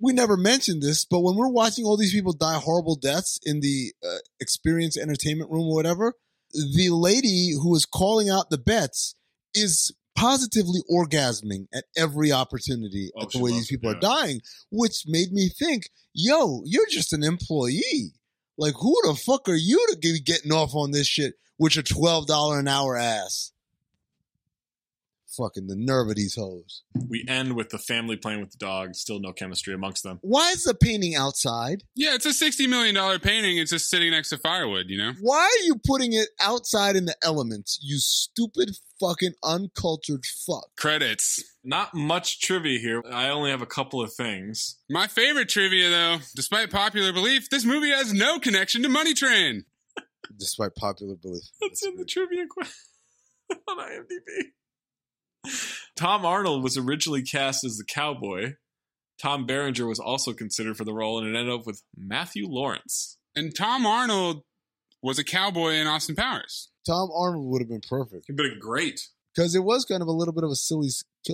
we never mentioned this, but when we're watching all these people die horrible deaths in the uh, experience entertainment room or whatever, the lady who is calling out the bets is positively orgasming at every opportunity at the way these people are dying, which made me think, yo, you're just an employee. Like, who the fuck are you to be getting off on this shit with your $12 an hour ass? Fucking the nerve of these hoes.
We end with the family playing with the dog, still no chemistry amongst them.
Why is the painting outside?
Yeah, it's a sixty million dollar painting. It's just sitting next to firewood. You know.
Why are you putting it outside in the elements, you stupid fucking uncultured fuck?
Credits.
Not much trivia here. I only have a couple of things.
My favorite trivia, though, despite popular belief, this movie has no connection to Money Train.
Despite popular belief.
That's in the trivia question on IMDb. Tom Arnold was originally cast as the cowboy. Tom Berenger was also considered for the role, and it ended up with Matthew Lawrence.
And Tom Arnold was a cowboy in Austin Powers.
Tom Arnold would have been perfect.
He'd been great.
Because it was kind of a little bit of a silly,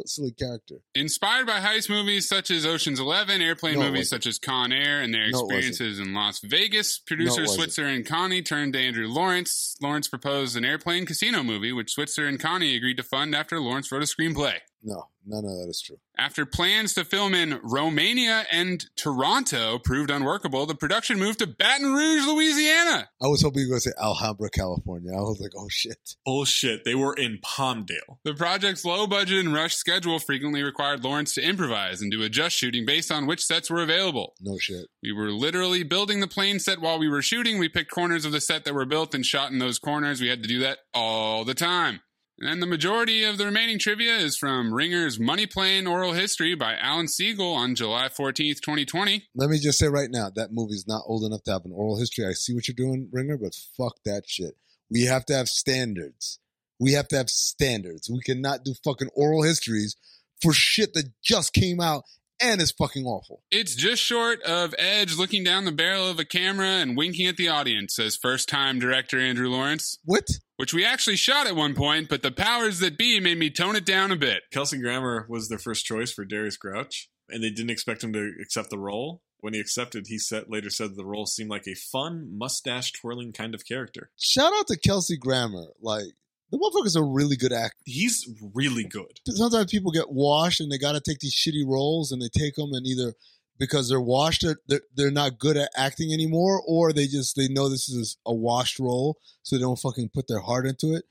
silly character.
Inspired by heist movies such as Ocean's Eleven, airplane
No, it
movies such as Con Air, and their
No, it wasn't.
experiences in Las Vegas,
No,
producer
it wasn't.
Switzer and Connie turned to Andrew Lawrence. Lawrence proposed an airplane casino movie, which Switzer and Connie agreed to fund after Lawrence wrote a screenplay.
No, none of that is true.
After plans to film in Romania and Toronto proved unworkable, the production moved to Baton Rouge, Louisiana.
I was hoping you were going to say Alhambra, California. I was like, oh shit.
Bullshit. They were in Palmdale.
The project's low budget and rushed schedule frequently required Lawrence to improvise and to adjust shooting based on which sets were available.
No shit.
We were literally building the plane set while we were shooting. We picked corners of the set that were built and shot in those corners. We had to do that all the time. And the majority of the remaining trivia is from Ringer's Money Plane Oral History by Alan Siegel on July 14th, 2020.
Let me just say right now, that movie's not old enough to have an oral history. I see what you're doing, Ringer, but fuck that shit. We have to have standards. We have to have standards. We cannot do fucking oral histories for shit that just came out and is fucking awful.
It's just short of Edge looking down the barrel of a camera and winking at the audience, says first time director Andrew Lawrence.
What?
Which we actually shot at one point, but the powers that be made me tone it down a bit.
Kelsey Grammer was their first choice for Darius Grouch, and they didn't expect him to accept the role. When he accepted, he said, later said the role seemed like a fun, mustache twirling kind of character.
Shout out to Kelsey Grammer. Like, the motherfucker's a really good actor.
He's really good.
sometimes people get washed and they got to take these shitty roles and they take them and either because they're washed they're, they're, they're not good at acting anymore or they just they know this is a washed role so they don't fucking put their heart into it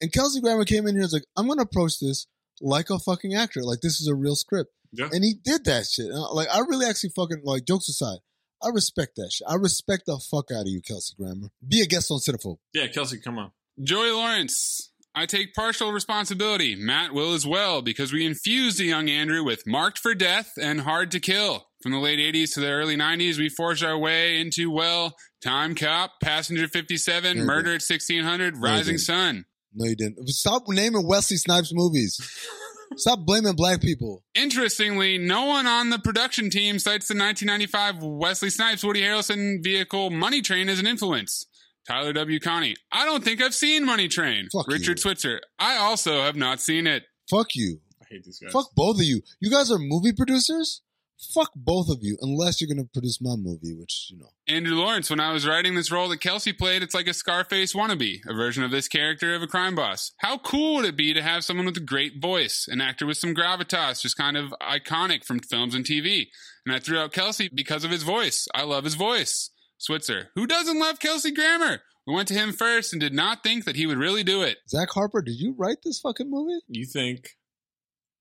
and kelsey grammer came in here and was like i'm gonna approach this like a fucking actor like this is a real script
Yeah.
and he did that shit And I- like i really actually fucking like jokes aside i respect that shit i respect the fuck out of you kelsey grammer be a guest on cinephobe
Yeah, Kelsey, come on.
Joey Lawrence. I take partial responsibility. Matt will as well because we infused the young Andrew with Marked for Death and Hard to Kill. From the late 80s to the early 90s, we forged our way into, well, Time Cop, Passenger 57,
Mhm.
Murder at 1600, Rising
Mhm.
Sun.
no you didn't stop naming wesley snipes movies stop blaming black people
Interestingly, no one on the production team cites the 1995 Wesley Snipes Woody Harrelson vehicle Money Train as an influence. Tyler W. Connie, I don't think I've seen Money Train. Richard Switzer, I also have not seen it.
Fuck you.
I hate these guys.
Fuck both of you. You guys are movie producers? Fuck both of you, unless you're going to produce my movie, which, you know.
Andrew Lawrence, when I was writing this role that Kelsey played, it's like a Scarface wannabe, a version of this character of a crime boss. How cool would it be to have someone with a great voice, an actor with some gravitas, just kind of iconic from films and TV? And I threw out Kelsey because of his voice. I love his voice. Switzer, who doesn't love Kelsey Grammer? We went to him first and did not think that he would really do it.
Zach Harper, did you write this fucking movie?
You think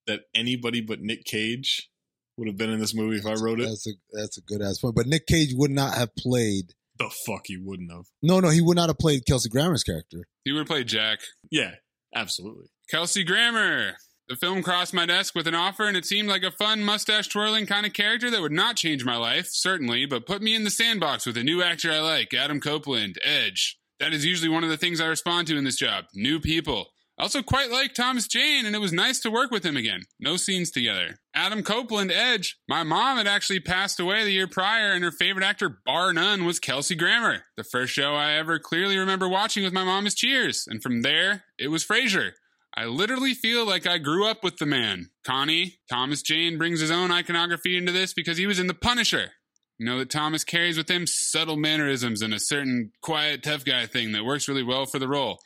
that anybody but Nick Cage would have been in this movie if I wrote it?
That's a that's a good ass point. But Nick Cage would not have played.
The fuck he wouldn't have.
No, no, he would not have played Kelsey Grammer's character.
He would play Jack.
Yeah, absolutely.
Kelsey Grammer. The film crossed my desk with an offer, and it seemed like a fun, mustache twirling kind of character that would not change my life, certainly, but put me in the sandbox with a new actor I like, Adam Copeland, Edge. That is usually one of the things I respond to in this job new people. I also quite like Thomas Jane, and it was nice to work with him again. No scenes together. Adam Copeland, Edge. My mom had actually passed away the year prior, and her favorite actor, bar none, was Kelsey Grammer. The first show I ever clearly remember watching with my mom is Cheers, and from there, it was Frasier. I literally feel like I grew up with the man. Connie, Thomas Jane brings his own iconography into this because he was in The Punisher. You know that Thomas carries with him subtle mannerisms and a certain quiet, tough guy thing that works really well for the role.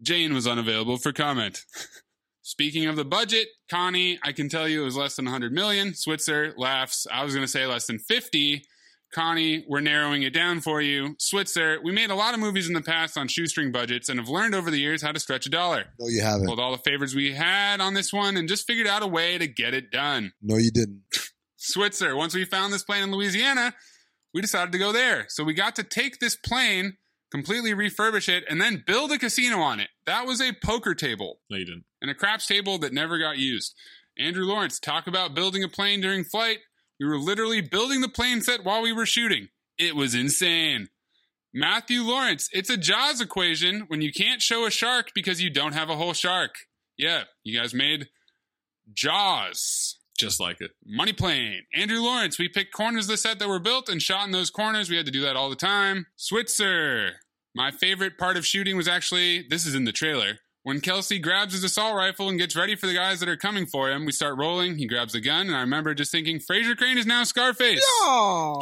Jane was unavailable for comment. Speaking of the budget, Connie, I can tell you it was less than 100 million. Switzer laughs. I was going to say less than 50. Connie, we're narrowing it down for you. Switzer, we made a lot of movies in the past on shoestring budgets and have learned over the years how to stretch a dollar.
No, you haven't.
Pulled all the favors we had on this one and just figured out a way to get it done.
No, you didn't.
Switzer, once we found this plane in Louisiana, we decided to go there. So we got to take this plane, completely refurbish it, and then build a casino on it. That was a poker table.
No, you didn't.
and a craps table that never got used. Andrew Lawrence, talk about building a plane during flight. We were literally building the plane set while we were shooting. It was insane. Matthew Lawrence, it's a Jaws equation when you can't show a shark because you don't have a whole shark. Yeah, you guys made Jaws.
Just like it.
Money Plane. Andrew Lawrence, we picked corners of the set that were built and shot in those corners. We had to do that all the time. Switzer. My favorite part of shooting was actually this is in the trailer. When Kelsey grabs his assault rifle and gets ready for the guys that are coming for him, we start rolling. He grabs a gun, and I remember just thinking, Fraser Crane is now Scarface.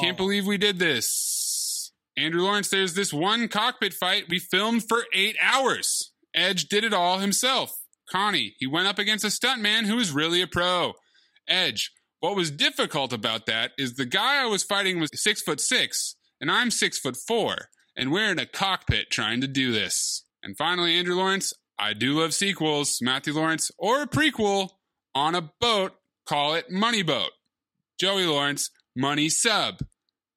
Can't believe we did this. Andrew Lawrence, there's this one cockpit fight we filmed for eight hours. Edge did it all himself. Connie, he went up against a stuntman who is really a pro. Edge. What was difficult about that is the guy I was fighting was six foot six, and I'm six foot four, and we're in a cockpit trying to do this. And finally, Andrew Lawrence, I do love sequels, Matthew Lawrence, or a prequel on a boat, call it Money Boat. Joey Lawrence, Money Sub,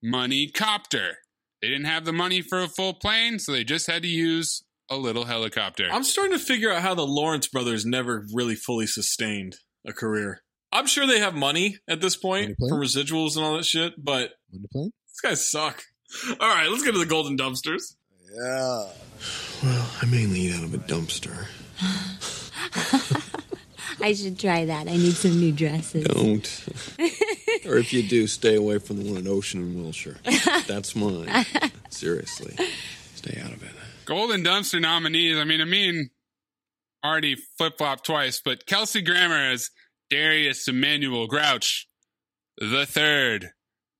Money Copter. They didn't have the money for a full plane, so they just had to use a little helicopter.
I'm starting to figure out how the Lawrence brothers never really fully sustained a career. I'm sure they have money at this point
plane?
for residuals and all that shit, but
Money plane?
these guys suck. All right, let's get to the golden dumpsters.
Yeah.
Well, I mainly eat out of a dumpster.
I should try that. I need some new dresses.
Don't. or if you do, stay away from the one at Ocean and Wilshire. That's mine. Seriously. Stay out of it.
Golden Dumpster nominees. I mean, I mean, already flip flop twice, but Kelsey Grammer as Darius Emmanuel Grouch, the third,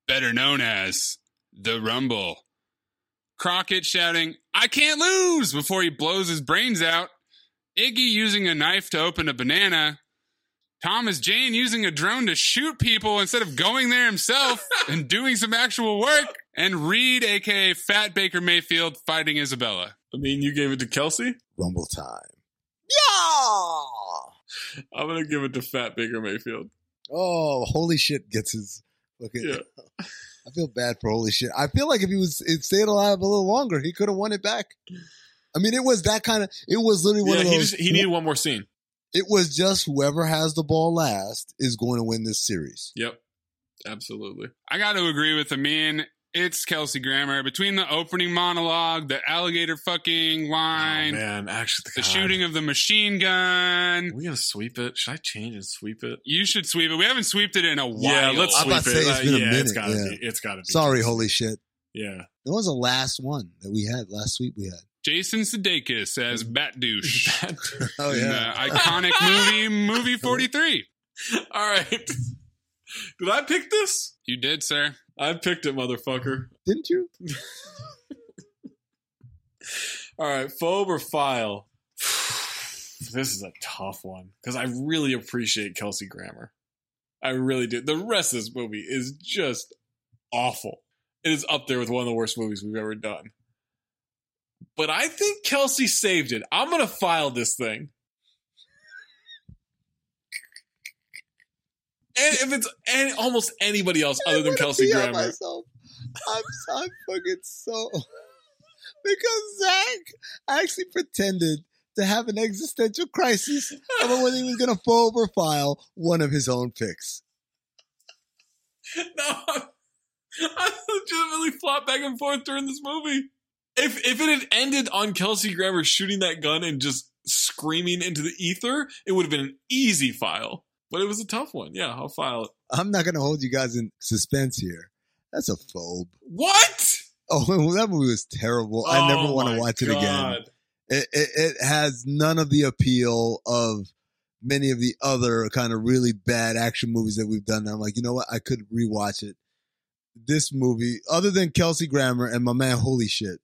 better known as the Rumble. Crockett shouting, I can't lose before he blows his brains out. Iggy using a knife to open a banana. Thomas Jane using a drone to shoot people instead of going there himself and doing some actual work. And Reed, aka Fat Baker Mayfield, fighting Isabella.
I mean, you gave it to Kelsey?
Rumble time.
I'm going to give it to Fat Baker Mayfield.
Oh, holy shit gets his fucking.
Yeah.
I feel bad for holy shit. I feel like if he was it stayed alive a little longer, he could have won it back. I mean, it was that kind of. It was literally one
Yeah,
of
he,
those.
just, he needed one more scene.
it was just whoever has the ball last is going to win this series.
Yep. Absolutely.
I got to agree with Amin. It's Kelsey Grammer. Between the opening monologue, the alligator fucking line,
Oh, Man, actually,
the
God.
shooting of the machine gun.
Are we going to sweep it? Should I change and sweep it?
You should sweep it. We haven't sweeped it in a while.
Yeah, let's
I'm about
sweep
to
it.
say it's
Uh,
been a
yeah,
minute.
it's gotta
yeah.
be. It's gotta be.
Sorry, holy shit.
Yeah.
That was the last one that we had last week. We had.
Jason Sudeikis as Bat Douche.
Oh
in
yeah.
the iconic movie, movie 43.
All right. Did I pick this?
You did, sir.
I picked it, motherfucker.
Didn't you?
All right, phobe or file? This is a tough one because I really appreciate Kelsey Grammer. I really do. The rest of this movie is just awful. It is up there with one of the worst movies we've ever done. But I think Kelsey saved it. I'm going to file this thing. And if it's any, almost anybody else other than Kelsey
pee on
Grammer,
myself. I'm, I'm fucking so. because Zach actually pretended to have an existential crisis about whether he was going to fold or file one of his own picks.
No, I'm- I legitimately flopped back and forth during this movie. If if it had ended on Kelsey Grammer shooting that gun and just screaming into the ether, it would have been an easy file. But it was a tough one. Yeah, I'll file it.
I'm not going to hold you guys in suspense here. That's a phobe.
What?
Oh, that movie was terrible. I never
Oh
want
my
to watch it again.
God.
It, it, it has none of the appeal of many of the other kind of really bad action movies that we've done. I'm like, you know what? I could rewatch it. This movie, other than Kelsey Grammer and my man, holy shit.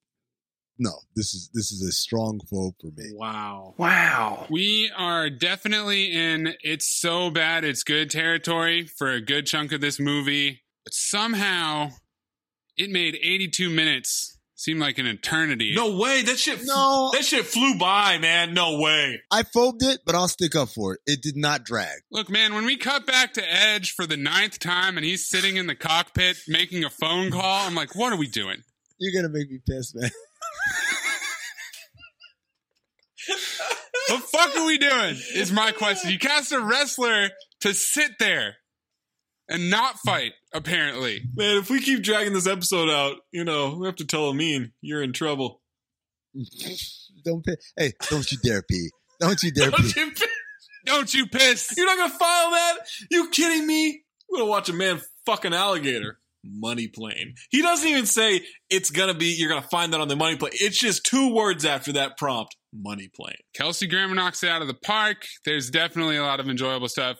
No, this is this is a strong phobe for me.
Wow.
Wow. We are definitely in it's so bad it's good territory for a good chunk of this movie, but somehow It made 82 minutes seem like an eternity.
No way. That shit. No. That shit flew by, man. No way.
I phobed it, but I'll stick up for it. It did not drag.
Look, man, when we cut back to Edge for the ninth time and he's sitting in the cockpit making a phone call, I'm like, what are we doing?
You're gonna make me pissed, man.
The fuck are we doing? Is my question. You cast a wrestler to sit there and not fight, apparently.
Man, if we keep dragging this episode out, you know, we have to tell Amin, you're in trouble.
Don't pi- hey, don't you dare pee. Don't you dare pee.
you piss.
Don't you piss.
You're not going to file that? You kidding me? I'm going to watch a man fuck an alligator. Money plane. He doesn't even say it's going to be, you're going to find that on the money plane. It's just two words after that prompt money plane.
Kelsey Grammer knocks it out of the park. There's definitely a lot of enjoyable stuff.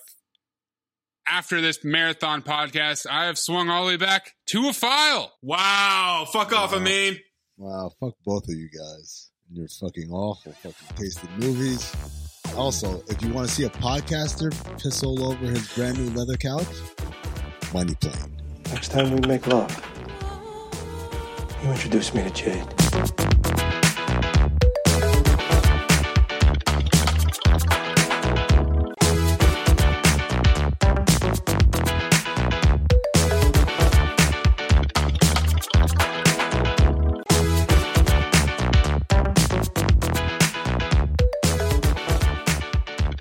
After this marathon podcast, I have swung all the way back to a file.
Wow. Fuck off, Amin.
Wow, fuck both of you guys. You're fucking awful. Fucking tasted movies. Also, if you want to see a podcaster piss all over his brand new leather couch, money plane.
Next time we make love, you introduce me to Jade.
All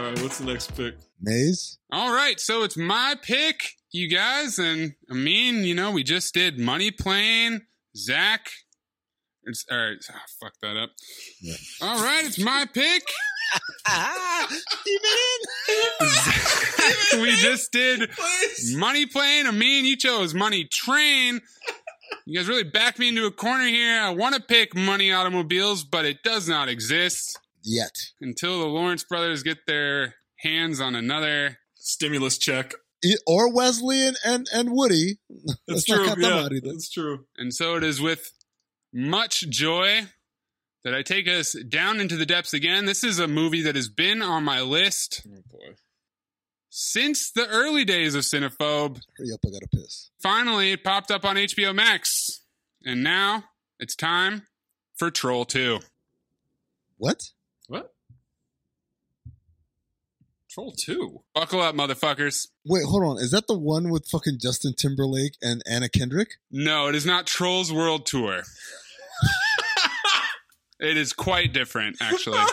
right, what's the next pick?
Maze?
All right, so it's my pick, you guys, and I mean, you know, we just did Money Plane, Zach. It's all right. ah, fuck that up. All right, it's my pick.
Ah!
we just did Money Plane. I mean, you chose Money Train. You guys really backed me into a corner here. I want to pick Money Automobiles, but it does not exist
Yet.
until the Lawrence brothers get their hands on another
stimulus check.
It- E, Or Wesley and, and, and Woody.
That's
Let's not
true.
count them
Yeah,
out either.
that's true.
And so it is with much joy that I take us down into the depths again. This is a movie that has been on my list since the early days of Cinephobe.
Hurry up, I gotta piss.
Finally, it popped up on HBO Max. And now it's time for Troll 2.
What?
What? Troll 2.
Buckle up, motherfuckers.
Wait, hold on. Is that the one with fucking Justin Timberlake and Anna Kendrick?
No, it is not Trolls World Tour. it is quite different, actually.